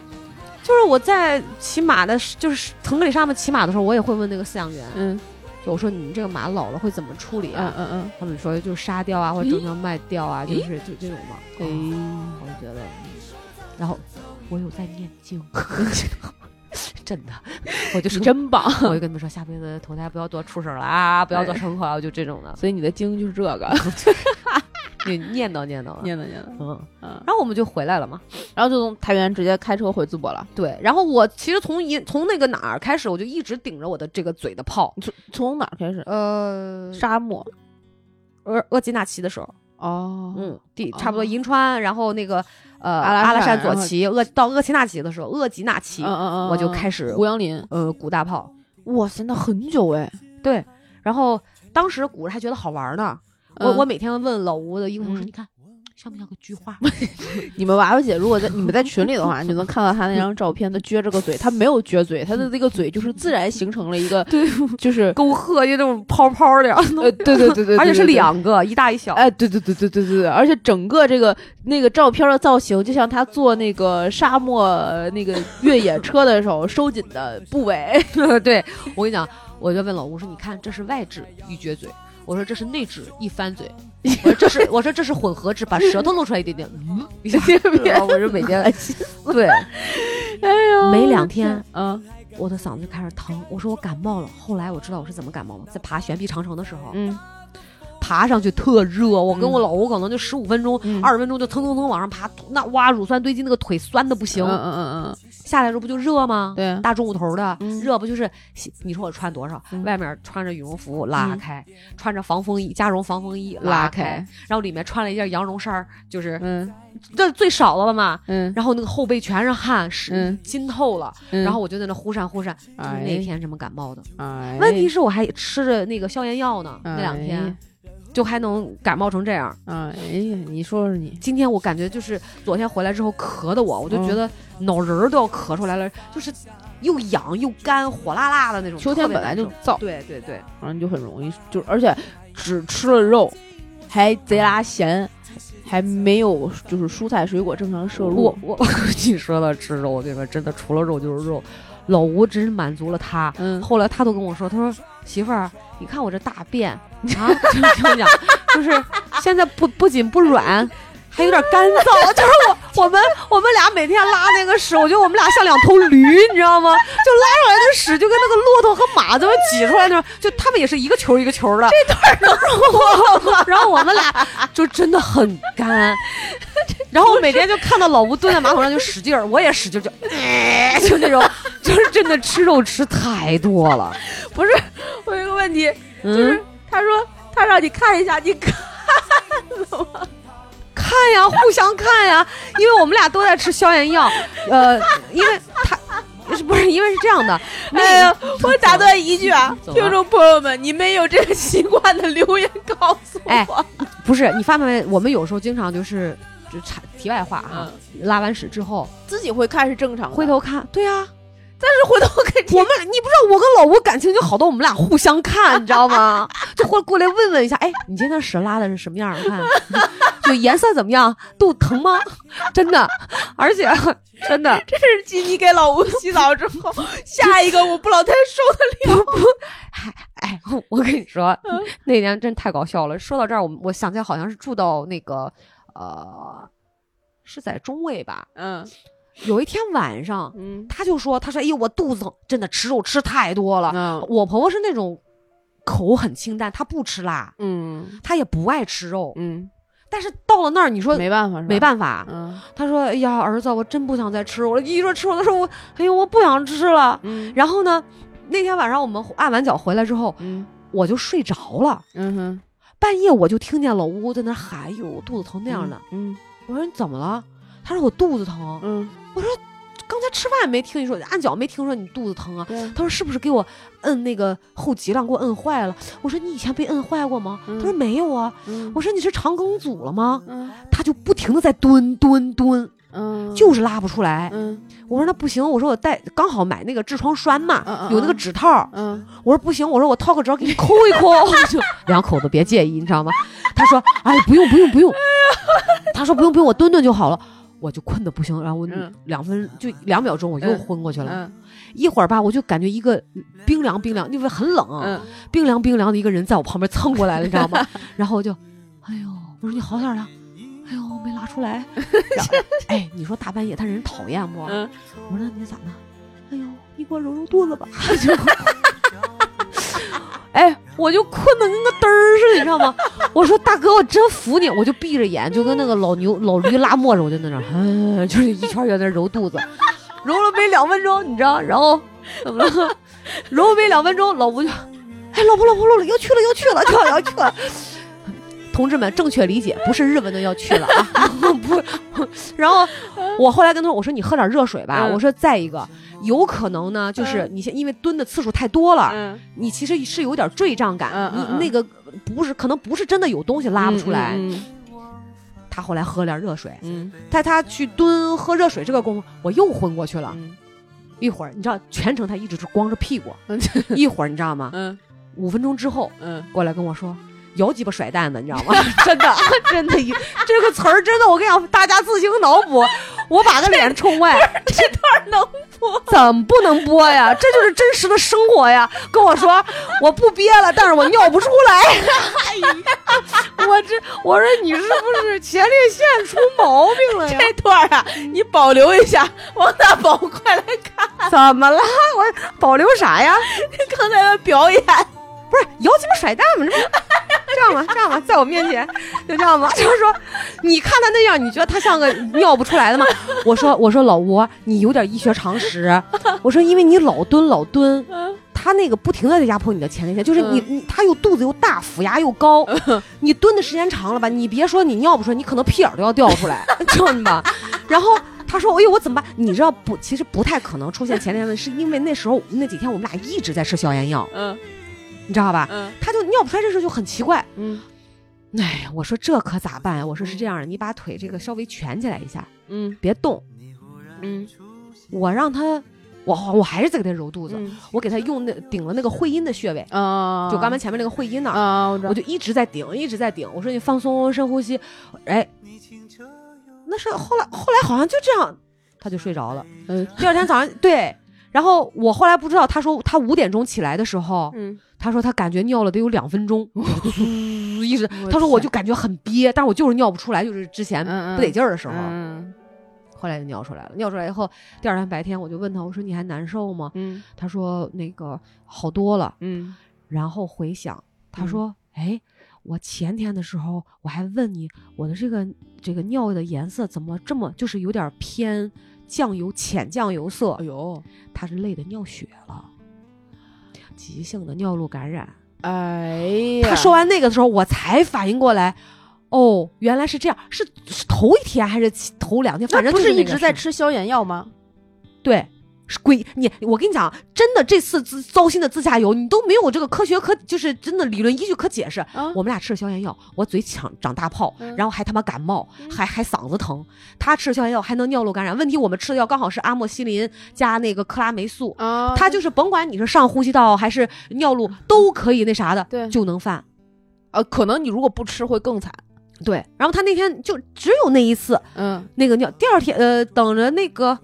Speaker 3: 就是我在骑马的时，就是腾格里沙漠骑马的时候，我也会问那个饲养员，
Speaker 1: 嗯
Speaker 3: 就我说你们这个马老了会怎么处理
Speaker 1: 嗯
Speaker 3: 啊？
Speaker 1: 嗯
Speaker 3: 他们说就是杀掉啊，或者整条卖掉啊，就
Speaker 1: 咦
Speaker 3: 是就这种嘛。嗯，
Speaker 1: 嗯，
Speaker 3: 我就觉得，然后我有在念经， 真的，我就
Speaker 1: 哎，
Speaker 3: 说
Speaker 1: 你。真棒，
Speaker 3: 我就跟他们说，下辈子投胎不要做畜生了 啊，不要做牲口啊，就这种的。
Speaker 1: 所以你的经就是这个，
Speaker 3: 你念叨念叨了。
Speaker 1: 念叨念叨，
Speaker 3: 嗯，
Speaker 1: 嗯，
Speaker 3: 然后我们就回来了嘛。
Speaker 1: 然后就从太原直接开车回淄博了。
Speaker 3: 对，然后我其实从一从那个哪儿开始，我就一直顶着我的这个嘴的泡。
Speaker 1: 你从从哪儿开始？
Speaker 3: 呃，
Speaker 1: 沙漠
Speaker 3: 额额呃济纳旗的时候，
Speaker 1: 哦，
Speaker 3: 嗯，第
Speaker 1: 哦
Speaker 3: 差不多银川，然后那个呃
Speaker 1: 阿拉
Speaker 3: 阿拉
Speaker 1: 善
Speaker 3: 善左
Speaker 1: 然后
Speaker 3: 旗，额到额济纳旗的时候，额济纳旗
Speaker 1: 嗯，嗯嗯，
Speaker 3: 我就
Speaker 1: 嗯
Speaker 3: 开始
Speaker 1: 胡杨林，
Speaker 3: 呃鼓大炮。
Speaker 1: 哇塞，那很久哎，
Speaker 3: 对，然后当时鼓着还觉得好玩呢。我
Speaker 1: 嗯
Speaker 3: 我每天问老吴的英文说，
Speaker 1: 嗯
Speaker 3: 你看像不像个菊花？
Speaker 1: 你们娃娃姐如果在你们在群里的 话，你就能看到她那张照片，她撅着个嘴，她没有撅嘴，她的这个嘴就是自然形成了 一个，对，就是
Speaker 3: 沟壑就那种泡泡的，
Speaker 1: 呃，对对对对，
Speaker 3: 而且是
Speaker 1: 对。
Speaker 3: 两个，一大一小
Speaker 1: 对。哎，对对对对对对对，而且整个这个那个照片的造型，就像她坐那个沙漠呃那个越野车的时候收紧的部 位，
Speaker 3: 对我跟你讲，我就问老吴说：“你看，这是外痔一撅嘴。”我说这是内痔一翻 嘴，我说这是我说这是混合痔，把舌头露出来一点点， 嗯，一下然后我就每天 对，没两天
Speaker 1: 嗯
Speaker 3: 我的嗓子就开始疼，我说我感冒了。后来我知道我是怎么感冒了，在爬悬臂长城的时候，
Speaker 1: 嗯
Speaker 3: 爬上去特热，我跟
Speaker 1: 嗯
Speaker 3: 我老吴可能就十五分钟、
Speaker 1: 嗯
Speaker 3: 二十分钟就蹭蹭蹭往上爬，那哇乳酸堆积，那个腿酸的不行
Speaker 1: 嗯，嗯嗯
Speaker 3: 下来的时候不就热吗
Speaker 1: 嗯，？对啊，
Speaker 3: 大中午头的、
Speaker 1: 嗯
Speaker 3: 热不就是？你说我穿多少？
Speaker 1: 嗯
Speaker 3: 外面穿着羽绒服拉开，穿着防风衣加绒防风衣
Speaker 1: 拉
Speaker 3: 开，
Speaker 1: 开，
Speaker 3: 然后里面穿了一件羊绒衫儿，就是
Speaker 1: 嗯
Speaker 3: 这最少的了嘛。
Speaker 1: 嗯，
Speaker 3: 然后那个后背全是汗，是、
Speaker 1: 嗯
Speaker 3: 浸透了。
Speaker 1: 嗯
Speaker 3: 然后我就在那呼扇呼扇，就是
Speaker 1: 哎
Speaker 3: 那天这么感冒的。
Speaker 1: 哎
Speaker 3: 问题是我还吃着那个消炎药呢，
Speaker 1: 哎
Speaker 3: 那两天就还能感冒成这样。
Speaker 1: 哎呀，你说说你，
Speaker 3: 今天我感觉就是昨天回来之后咳的我，我就
Speaker 1: 嗯
Speaker 3: 觉得脑仁儿都要咳出来了，就是又痒又干，火辣辣的那种。
Speaker 1: 秋天
Speaker 3: 特别
Speaker 1: 本来就
Speaker 3: 难受
Speaker 1: 燥，
Speaker 3: 对对对，
Speaker 1: 然后你就很容易就，而且只吃了肉，还贼拉咸，还没有就是蔬菜水果正常摄入
Speaker 3: 我。我 你说到吃肉，我跟你说，真的除了肉就是肉。老吴真是满足了他，
Speaker 1: 嗯
Speaker 3: 后来他都跟我说，他说媳妇儿，你看我这大便啊，就是我跟你讲，就是现在不不仅不软。还有点干燥，就是我我们我们俩每天拉那个屎，我觉得我们俩像两头驴，你知道吗？就拉出来的屎就跟那个骆驼和马怎么挤出来那种，就他们也是一个球一个球的。这段能然后我们俩就真的很干，然后我每天就看到老吴蹲在马桶上就使劲儿，我也使劲儿就，就那种，就是真的吃肉吃太多了。
Speaker 1: 不是，我有一个问题，就
Speaker 3: 嗯，
Speaker 1: 他说他让你看一下，你看
Speaker 3: 看看呀，互相看呀，因为我们俩都在吃消炎药，呃，因为他。是不是因为是这样的？那
Speaker 1: 哎呀，我打断一句啊，
Speaker 3: 怎么
Speaker 1: 听众朋友们，你们有这个习惯的留言告诉我。
Speaker 3: 哎不是你发没发现，我们有时候经常就是就插题外话哈、拉完屎之后
Speaker 1: 自己会看是正常的，
Speaker 3: 回头看，对呀、
Speaker 1: 但是回头看
Speaker 3: 我们你不知道我跟老吴感情就好到我们俩互相看，你知 道吗？就会过来问问一下，哎，你今天屎拉的是什么样儿？我看，就颜色怎么样？肚子疼吗？真的，而且真的，
Speaker 1: 这是吉你给老吴洗澡之后， 下一个我不老太受的
Speaker 3: 哎，我跟你说，那天真太搞笑了。说到这儿，我们我想起来好像是住到那个呃，是在中卫吧？
Speaker 1: 嗯
Speaker 3: 有一天晚上，
Speaker 1: 嗯
Speaker 3: 他就说，他说，哎呦，我肚子疼，真的吃肉吃太多了。
Speaker 1: 嗯
Speaker 3: 我婆婆是那种口很清淡，她不吃辣，
Speaker 1: 嗯
Speaker 3: 她也不爱吃肉，
Speaker 1: 嗯，
Speaker 3: 但是到了那儿，你说
Speaker 1: 没办法是吧？
Speaker 3: 没办法，
Speaker 1: 嗯
Speaker 3: 她说，哎呀，儿子，我真不想再吃肉了。一说吃肉，她说我，哎呦，我不想吃了。
Speaker 1: 嗯
Speaker 3: 然后呢，那天晚上我们按完脚回来之后，
Speaker 1: 嗯
Speaker 3: 我就睡着了。
Speaker 1: 嗯哼，
Speaker 3: 半夜我就听见老吴在那喊：“哎呦，肚子疼那
Speaker 1: 那
Speaker 3: 样的。，
Speaker 1: 嗯
Speaker 3: 我说：“你怎么了？”他说：“我肚子疼。
Speaker 1: 嗯，”
Speaker 3: 刚才吃饭没听你说，按脚没听说你肚子疼啊。
Speaker 1: 对
Speaker 3: 他说：“是不是给我摁那个后脊梁给我摁坏了？”我说：“你以前被摁坏过吗？”
Speaker 1: 嗯
Speaker 3: 他说：“没有啊。”
Speaker 1: 嗯
Speaker 3: 我说：“你是肠梗阻了吗
Speaker 1: 嗯？”
Speaker 3: 他就不停的在蹲蹲蹲，
Speaker 1: 嗯
Speaker 3: 就是拉不出来。
Speaker 1: 嗯
Speaker 3: 我说：“那不行。”我说：“我带刚好买那个痔疮栓嘛
Speaker 1: 嗯嗯，嗯
Speaker 3: 有那个纸套。”
Speaker 1: 嗯
Speaker 3: 我说不行，我说我套个纸给你抠一抠，就两口子别介意，你知道吗？他说哎不用不用不用，他说不用不用，我蹲蹲就好了。我就困得不行，然后我
Speaker 1: 嗯
Speaker 3: 两分就两秒钟我又
Speaker 1: 嗯
Speaker 3: 昏过去了，
Speaker 1: 嗯
Speaker 3: 一会儿吧我就感觉一个冰凉冰凉，因为很冷，
Speaker 1: 嗯
Speaker 3: 冰凉冰凉的一个人在我旁边蹭过来了，你 知道吗？然后我就，哎呦，我说你好点儿了，哎呦没拉 出来，然后哎你说大半夜他人讨厌不？
Speaker 1: 嗯
Speaker 3: 我说那你咋呢？哎呦，你给我揉揉肚子吧。 就哎，我就困得跟个嘚儿似的，你知道吗？我说大哥，我真服你，我就闭着眼，就跟那个老牛老驴拉磨着，我就在那儿， 嗯，就是一圈儿一圈儿在那儿揉肚子，揉了没两分钟，你知道，然后怎么了？揉了没两分钟，老吴就，哎，老婆老婆老婆要去了要去了要去了要去了。同志们，正确理解不是日文的要去了啊， 不，然后我后来跟他说，我说你喝点热水吧，
Speaker 1: 嗯
Speaker 3: 我说再一个，有可能呢，就是你先因为蹲的次数太多了，
Speaker 1: 嗯，
Speaker 3: 你其实是有点坠胀感，
Speaker 1: 嗯嗯嗯
Speaker 3: 你那个不是可能不是真的有东西拉不出来。
Speaker 1: 嗯
Speaker 3: 他后来喝了点热水，
Speaker 1: 嗯
Speaker 3: 在他去蹲喝热水这个功夫，我又昏过去了。
Speaker 1: 嗯
Speaker 3: 一会儿你知道，全程他一直是光着屁股，一会儿你知道吗？
Speaker 1: 嗯
Speaker 3: 五分钟之后
Speaker 1: 嗯，
Speaker 3: 过来跟我说。摇鸡巴甩蛋子，你知道吗？ 真的，真的， 这个词儿真的，我跟你讲，大家自行脑补。我把个脸冲外，
Speaker 1: 能
Speaker 3: 怎么不能播呀？这就是真实的生活呀！跟我说，我不憋了，但是我尿不出来。
Speaker 1: 哎
Speaker 3: 我这，我说你是不是前列腺出毛病了呀？
Speaker 1: 这段啊，你保留一下，王大宝快来看
Speaker 3: 怎么了？我保留啥呀？
Speaker 1: 刚才的表演。
Speaker 3: 不是摇鸡巴甩蛋吗？这不 这样吗？这样吗？在我面前就这样吗？ 就是说，你看他那样，你觉得他像个尿不出来的吗？我说，我说老吴，你有点医学常识。我说，因为你老蹲老蹲，他那个不停的在压迫你的前列腺，就是你、你他又肚子又大，腹压又高，你蹲的时间长了吧，你别说你尿不出来，你可能屁眼儿都要掉出来，知道吗？然后。他说：“哎呦，我怎么办？你知道不？其实不太可能出现前列腺，是因为那时候那几天我们俩一直在吃消炎药，
Speaker 1: 嗯
Speaker 3: 你知道吧？
Speaker 1: 嗯
Speaker 3: 他就尿不出来这事就很奇怪。
Speaker 1: 嗯
Speaker 3: 哎呀，我说这可咋办呀？我说是这样的，你把腿这个稍微蜷起来一下，
Speaker 1: 嗯
Speaker 3: 别动。
Speaker 1: 嗯
Speaker 3: 我让他，我我还是在给他揉肚子，
Speaker 1: 嗯
Speaker 3: 我给他用那顶了那个会阴的穴位，
Speaker 1: 啊，
Speaker 3: 就刚才前面那个会阴那儿，
Speaker 1: 啊，我知道
Speaker 3: 我，就一直在顶，一直在顶。我说你放松，深呼吸。哎，那是后来后来好像就这样，他就睡着了。
Speaker 1: 嗯
Speaker 3: 第二天早上对。然后我后来不知道，他说他五点钟起来的时候，
Speaker 1: 嗯，
Speaker 3: 他说他感觉尿了得有两 分钟，就嗯一直
Speaker 1: 我
Speaker 3: 他说我就
Speaker 1: 天
Speaker 3: 感觉很憋，但是我就是尿不出来，就是之前
Speaker 1: 嗯嗯
Speaker 3: 不得劲儿的时候，啊
Speaker 1: 嗯
Speaker 3: 后来就尿出来了。尿出来以后，第二天白天我就问他，我说你还难受吗？
Speaker 1: 嗯
Speaker 3: 他说那个好多了。
Speaker 1: 嗯
Speaker 3: 然后回想，他说，哎，我前天的时候我还问你，我的这个这个尿的颜色怎么这么就是有点偏酱油浅酱油色
Speaker 1: 哎？呦，
Speaker 3: 他是累得尿血了，急性的尿路感染。
Speaker 1: 哎呀，
Speaker 3: 他说完那个的时候，我才反应过来，哦，原来是这样，是是头一天还是其头两天？反
Speaker 1: 那
Speaker 3: 正
Speaker 1: 不
Speaker 3: 就是那
Speaker 1: 一
Speaker 3: 个
Speaker 1: 直在
Speaker 3: 事
Speaker 1: 吃消炎药吗？
Speaker 3: 对，是鬼你，我跟你讲，真的这次自糟心的自驾游，你都没有这个科学可，就是真的理论依据可解释。
Speaker 1: 啊，
Speaker 3: 我们俩吃了消炎药，我嘴长长大泡，
Speaker 1: 嗯
Speaker 3: 然后还他妈感冒，
Speaker 1: 嗯
Speaker 3: 还还嗓子疼。他吃了消炎药还能尿路感染，问题我们吃的药刚好是阿莫西林加那个克拉霉素，
Speaker 1: 啊，
Speaker 3: 他就是甭管你是上呼吸道还是尿路都可以那啥的，
Speaker 1: 嗯对
Speaker 3: 就能犯。
Speaker 1: 呃，可能你如果不吃会更惨。
Speaker 3: 对，然后他那天就只有那一次
Speaker 1: 嗯，
Speaker 3: 那个尿，第二天呃等着那个，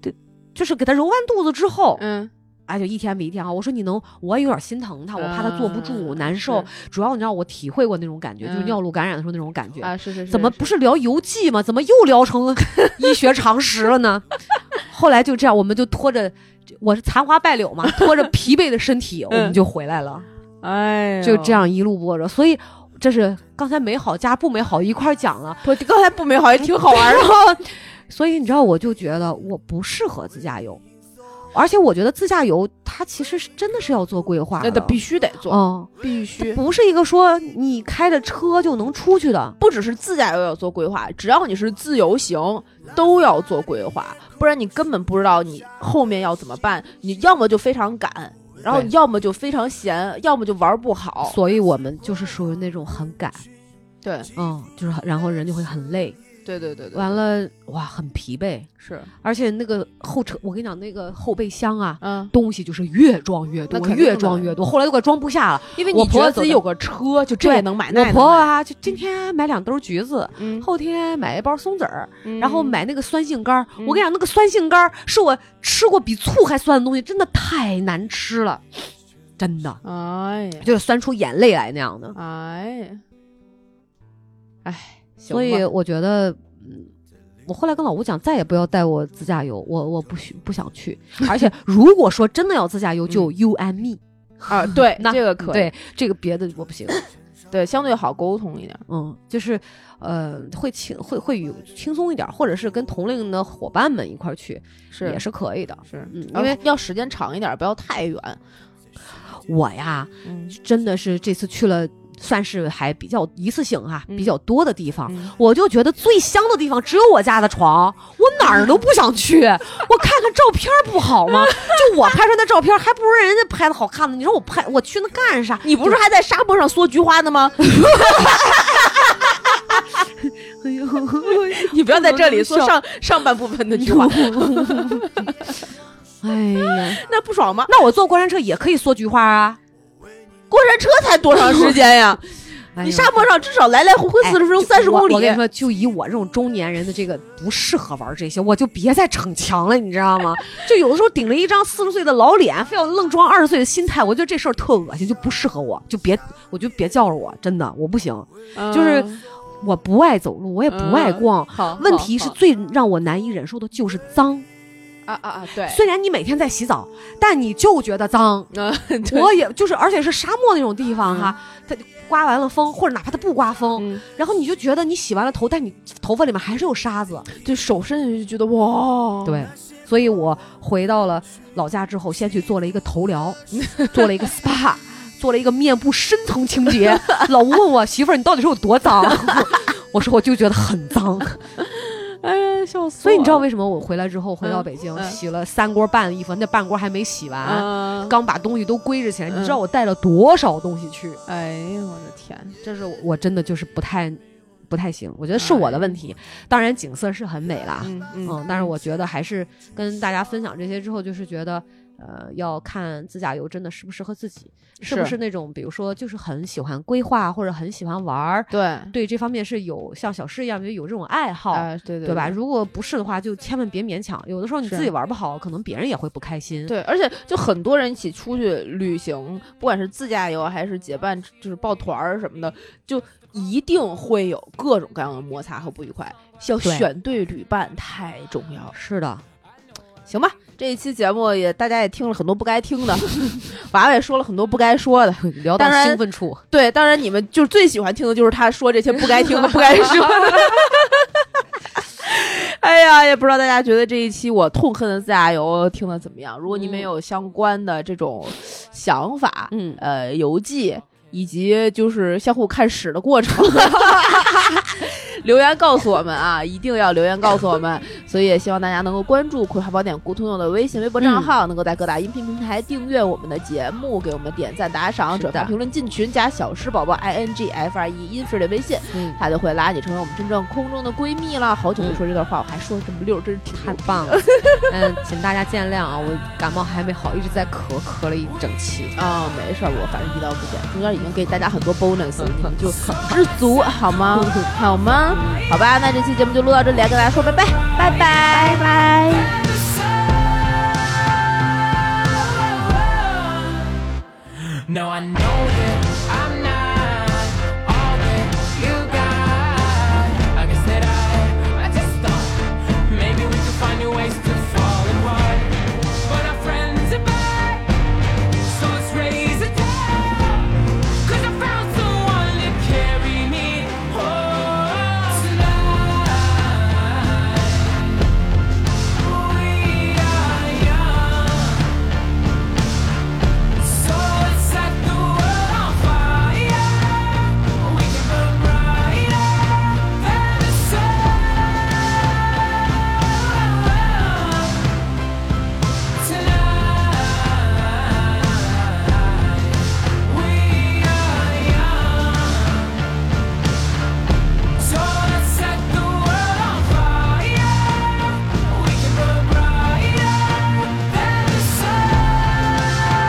Speaker 3: 对，就是给他揉完肚子之后，
Speaker 1: 嗯，
Speaker 3: 哎，就一天比一天好。我说你能，我也有点心疼他，我怕他坐不住，
Speaker 1: 嗯
Speaker 3: 难受。主要你知道，我体会过那种感觉，
Speaker 1: 嗯
Speaker 3: 就是尿路感染的时候那种感觉。
Speaker 1: 啊，是是是，
Speaker 3: 怎么不是聊游记吗？怎么又聊成医学常识了呢？ 后来就这样，我们就拖着，我是残花败柳嘛，拖着疲惫的身体，我
Speaker 1: 嗯
Speaker 3: 们就回来了，
Speaker 1: 哎，
Speaker 3: 就这。样一路波折。所以这是刚才美好加不美好一块儿讲了。
Speaker 1: 不，刚才不美好，也挺好玩的。
Speaker 3: 所以你知道，我就觉得我不适合自驾游，而且我觉得自驾游它其实是真的是要做规划
Speaker 1: 那
Speaker 3: 的
Speaker 1: 得，必须得做，
Speaker 3: 嗯。
Speaker 1: 必须。
Speaker 3: 不是一个说你开着车就能出去的。
Speaker 1: 不只是自驾游要做规划，只要你是自由行，都要做规划，不然你根本不知道你后面要怎么办。你要么就非常赶，然后
Speaker 3: 对
Speaker 1: 要么就非常闲，要么就玩不好。
Speaker 3: 所以我们就是属于那种很赶，
Speaker 1: 对，
Speaker 3: 嗯，就是很然后人就会很累，
Speaker 1: 对对对对，
Speaker 3: 完了哇很疲惫，
Speaker 1: 是，
Speaker 3: 而且那个后车，我跟你讲那个后备箱啊，
Speaker 1: 嗯，
Speaker 3: 东西就是越装越多
Speaker 1: 那，肯定的
Speaker 3: 越装越多，后来都快装不下了。
Speaker 1: 因为
Speaker 3: 我
Speaker 1: 你
Speaker 3: 婆
Speaker 1: 觉
Speaker 3: 婆
Speaker 1: 得
Speaker 3: 走
Speaker 1: 自己
Speaker 3: 的
Speaker 1: 有个车，就这
Speaker 3: 对
Speaker 1: 也能买，那
Speaker 3: 我
Speaker 1: 也能
Speaker 3: 婆婆
Speaker 1: 买
Speaker 3: 啊，就今天买两兜橘子，
Speaker 1: 嗯，
Speaker 3: 后天买一包松子儿，然后
Speaker 1: 嗯
Speaker 3: 买那个酸杏干儿。
Speaker 1: 嗯
Speaker 3: 我跟你讲，那个酸杏干儿是我吃过比醋还酸的东西，真的太难吃了，真的
Speaker 1: 哎呀，
Speaker 3: 就是酸出眼泪来那样的。
Speaker 1: 哎呀，哎，行
Speaker 3: 所以
Speaker 1: 吧
Speaker 3: 我觉得，嗯，我后来跟老吴讲，再也不要带我自驾游，我我不许不想 去。而且如果说真的要自驾游，就 you and me，、
Speaker 1: 啊， 对，
Speaker 3: 那
Speaker 1: 这个嗯可以，
Speaker 3: 对这个别的我不行。
Speaker 1: 对，相对好沟通一点。
Speaker 3: 嗯，就是呃，会轻会会有轻松一点，或者是跟同龄的伙伴们一块儿去，
Speaker 1: 是哦
Speaker 3: 也是可以的。
Speaker 1: 是，
Speaker 3: 嗯，因
Speaker 1: 因
Speaker 3: 为
Speaker 1: 为要时间长一点，不要太远。
Speaker 3: 我呀，
Speaker 1: 嗯
Speaker 3: 真的是这次去了，算是还比较一次性哈、
Speaker 1: 嗯
Speaker 3: 比较多的地方。
Speaker 1: 嗯
Speaker 3: 我就觉得最香的地方只有我家的床，我哪儿都不 想去。我看看照片儿不好吗？就我拍出来的照片儿，还不如人家拍的好看呢。你说我拍我去那干啥？
Speaker 1: 你不是还在沙漠上缩菊花呢 吗？
Speaker 3: 哎呦，
Speaker 1: 你不要在这里缩上上半部分的菊 花，
Speaker 3: 哎 呀，
Speaker 1: 那不爽吗？
Speaker 3: 那我坐过山车也可以缩菊花啊。
Speaker 1: 过山车才多长时间 呀？
Speaker 3: 哎呦
Speaker 1: 你沙漠上至少来来回回
Speaker 3: 哎
Speaker 1: 四十分钟、三十
Speaker 3: 我
Speaker 1: 公里
Speaker 3: 我。跟你说，就以我这种中年人的这个不适合玩这些，我就别再逞强了，你知道吗？就有的时候顶着一张四十岁的老脸，非要愣装二十岁的心态，我觉得这事儿特恶心，就不适合我，就别，我就别叫着我，真的，我不行，就是
Speaker 1: 嗯
Speaker 3: 我不爱走路，我也不爱逛。
Speaker 1: 好，
Speaker 3: 问题是
Speaker 1: 好
Speaker 3: 最让我难以忍受的就是脏。
Speaker 1: 啊啊啊，对，
Speaker 3: 虽然你每天在洗澡，但你就觉得脏。
Speaker 1: 嗯，对
Speaker 3: 我也就是，而且是沙漠那种地方哈、它刮完了风，或者哪怕它不刮风，
Speaker 1: 嗯
Speaker 3: 然后你就觉得你洗完了头，但你头发里面还是有沙子。
Speaker 1: 就手伸进去就觉得哇，
Speaker 3: 对，所以我回到了老家之后，先去做了一个头 疗，做了一个 SPA，做了一个面部深层清洁。 老吴问我媳妇儿，你到底是有多脏？ 我说我就觉得很 脏。
Speaker 1: 哎呀，笑死我了！
Speaker 3: 所以你知道为什么我回来之后回到北京、
Speaker 1: 嗯
Speaker 3: 洗了三锅半的衣服，那半锅还没洗完，
Speaker 1: 啊，
Speaker 3: 刚把东西都归置起来。
Speaker 1: 嗯
Speaker 3: 你知道我带了多少东西去？
Speaker 1: 哎呦我的天，
Speaker 3: 这是我我真的就是不太不太行，我觉得是我的问题。当然景色是很美啦，
Speaker 1: 嗯
Speaker 3: 嗯，但是我觉得还是跟大家分享这些之后，就是觉得。呃，要看自驾游真的适不适合自己，是不
Speaker 1: 是
Speaker 3: 是那种比如说就是很喜欢规划或者很喜欢玩儿，
Speaker 1: 对，
Speaker 3: 对这方面是有像小诗一样有这种爱好，
Speaker 1: 哎对对
Speaker 3: 对吧？？如果不是的话，就千万别勉强。有的时候你
Speaker 1: 是
Speaker 3: 自己玩不好，可能别人也会不开心。
Speaker 1: 对，而且就很多人一起出去旅行，不管是自驾游还是结伴，就是抱团儿什么的，就一定会有各种各样的摩擦和不愉快。要
Speaker 3: 对
Speaker 1: 选对旅伴太重要了，
Speaker 3: 是的，
Speaker 1: 行吧？这一期节目也大家也听了很多不该听的， 娃娃也说了很多不该说的。
Speaker 3: 聊到
Speaker 1: 当然
Speaker 3: 兴奋处，
Speaker 1: 对，当然你们就是最喜欢听的就是他说这些不该听的、不该说 的。 哎呀，也不知道大家觉得这一期我痛恨的自驾游听的怎么样？如果你们
Speaker 3: 嗯
Speaker 1: 有相关的这种想法，
Speaker 3: 嗯，
Speaker 1: 呃邮寄、以及就是相互看屎的过程。 留言告诉我们啊，一定要留言告诉我们。所以也希望大家能够关注《葵花宝典》古通用的微信、微博
Speaker 3: 嗯
Speaker 1: 账号，能够在各大音频平台订阅我们的节目，给我们点赞、打赏、
Speaker 3: 是
Speaker 1: 转发、
Speaker 3: 的
Speaker 1: 评论、进群，加小诗宝宝 i n g f r e 音是的微信，
Speaker 3: 嗯，
Speaker 1: 他就会拉你成为我们真正空中的闺蜜了。好久没说这段话，我还说这么溜，真是挺
Speaker 3: 太棒了。 嗯，请大家见谅啊，我感冒还没好，一直在咳，咳了一整期。
Speaker 1: 啊、没事儿，我反正一刀不剪，中间已经给大家很多 bonus，了你们就知足好 吗？好吗？好吧，那这期节目就录到这里，来跟大家说拜拜，拜拜，拜拜。
Speaker 2: No, I know that I'm not all that you got. I guess that I, I just thought maybe we could find new ways to fall apart. But our friends are back, so let's raise a toast. 'Cause I found someone to carry me home tonight. We are young. So let's set the world on fire. We can burn brighter than the sun tonight. We are young. So let's set the world on fire. We can burn brighter than the sun.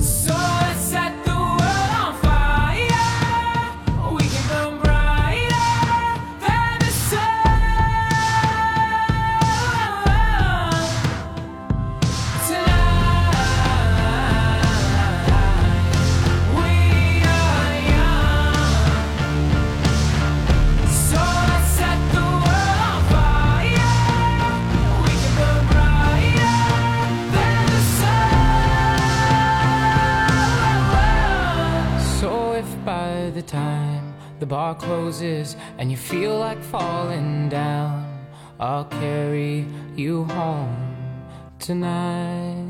Speaker 2: So let's set the world on fire. We can burn brighter than the sun tonight. We are young, so let's set the world on fire. We can burn brighter than the sun. So if by the time the bar closes and you feel like falling down, I'll carry you home tonight.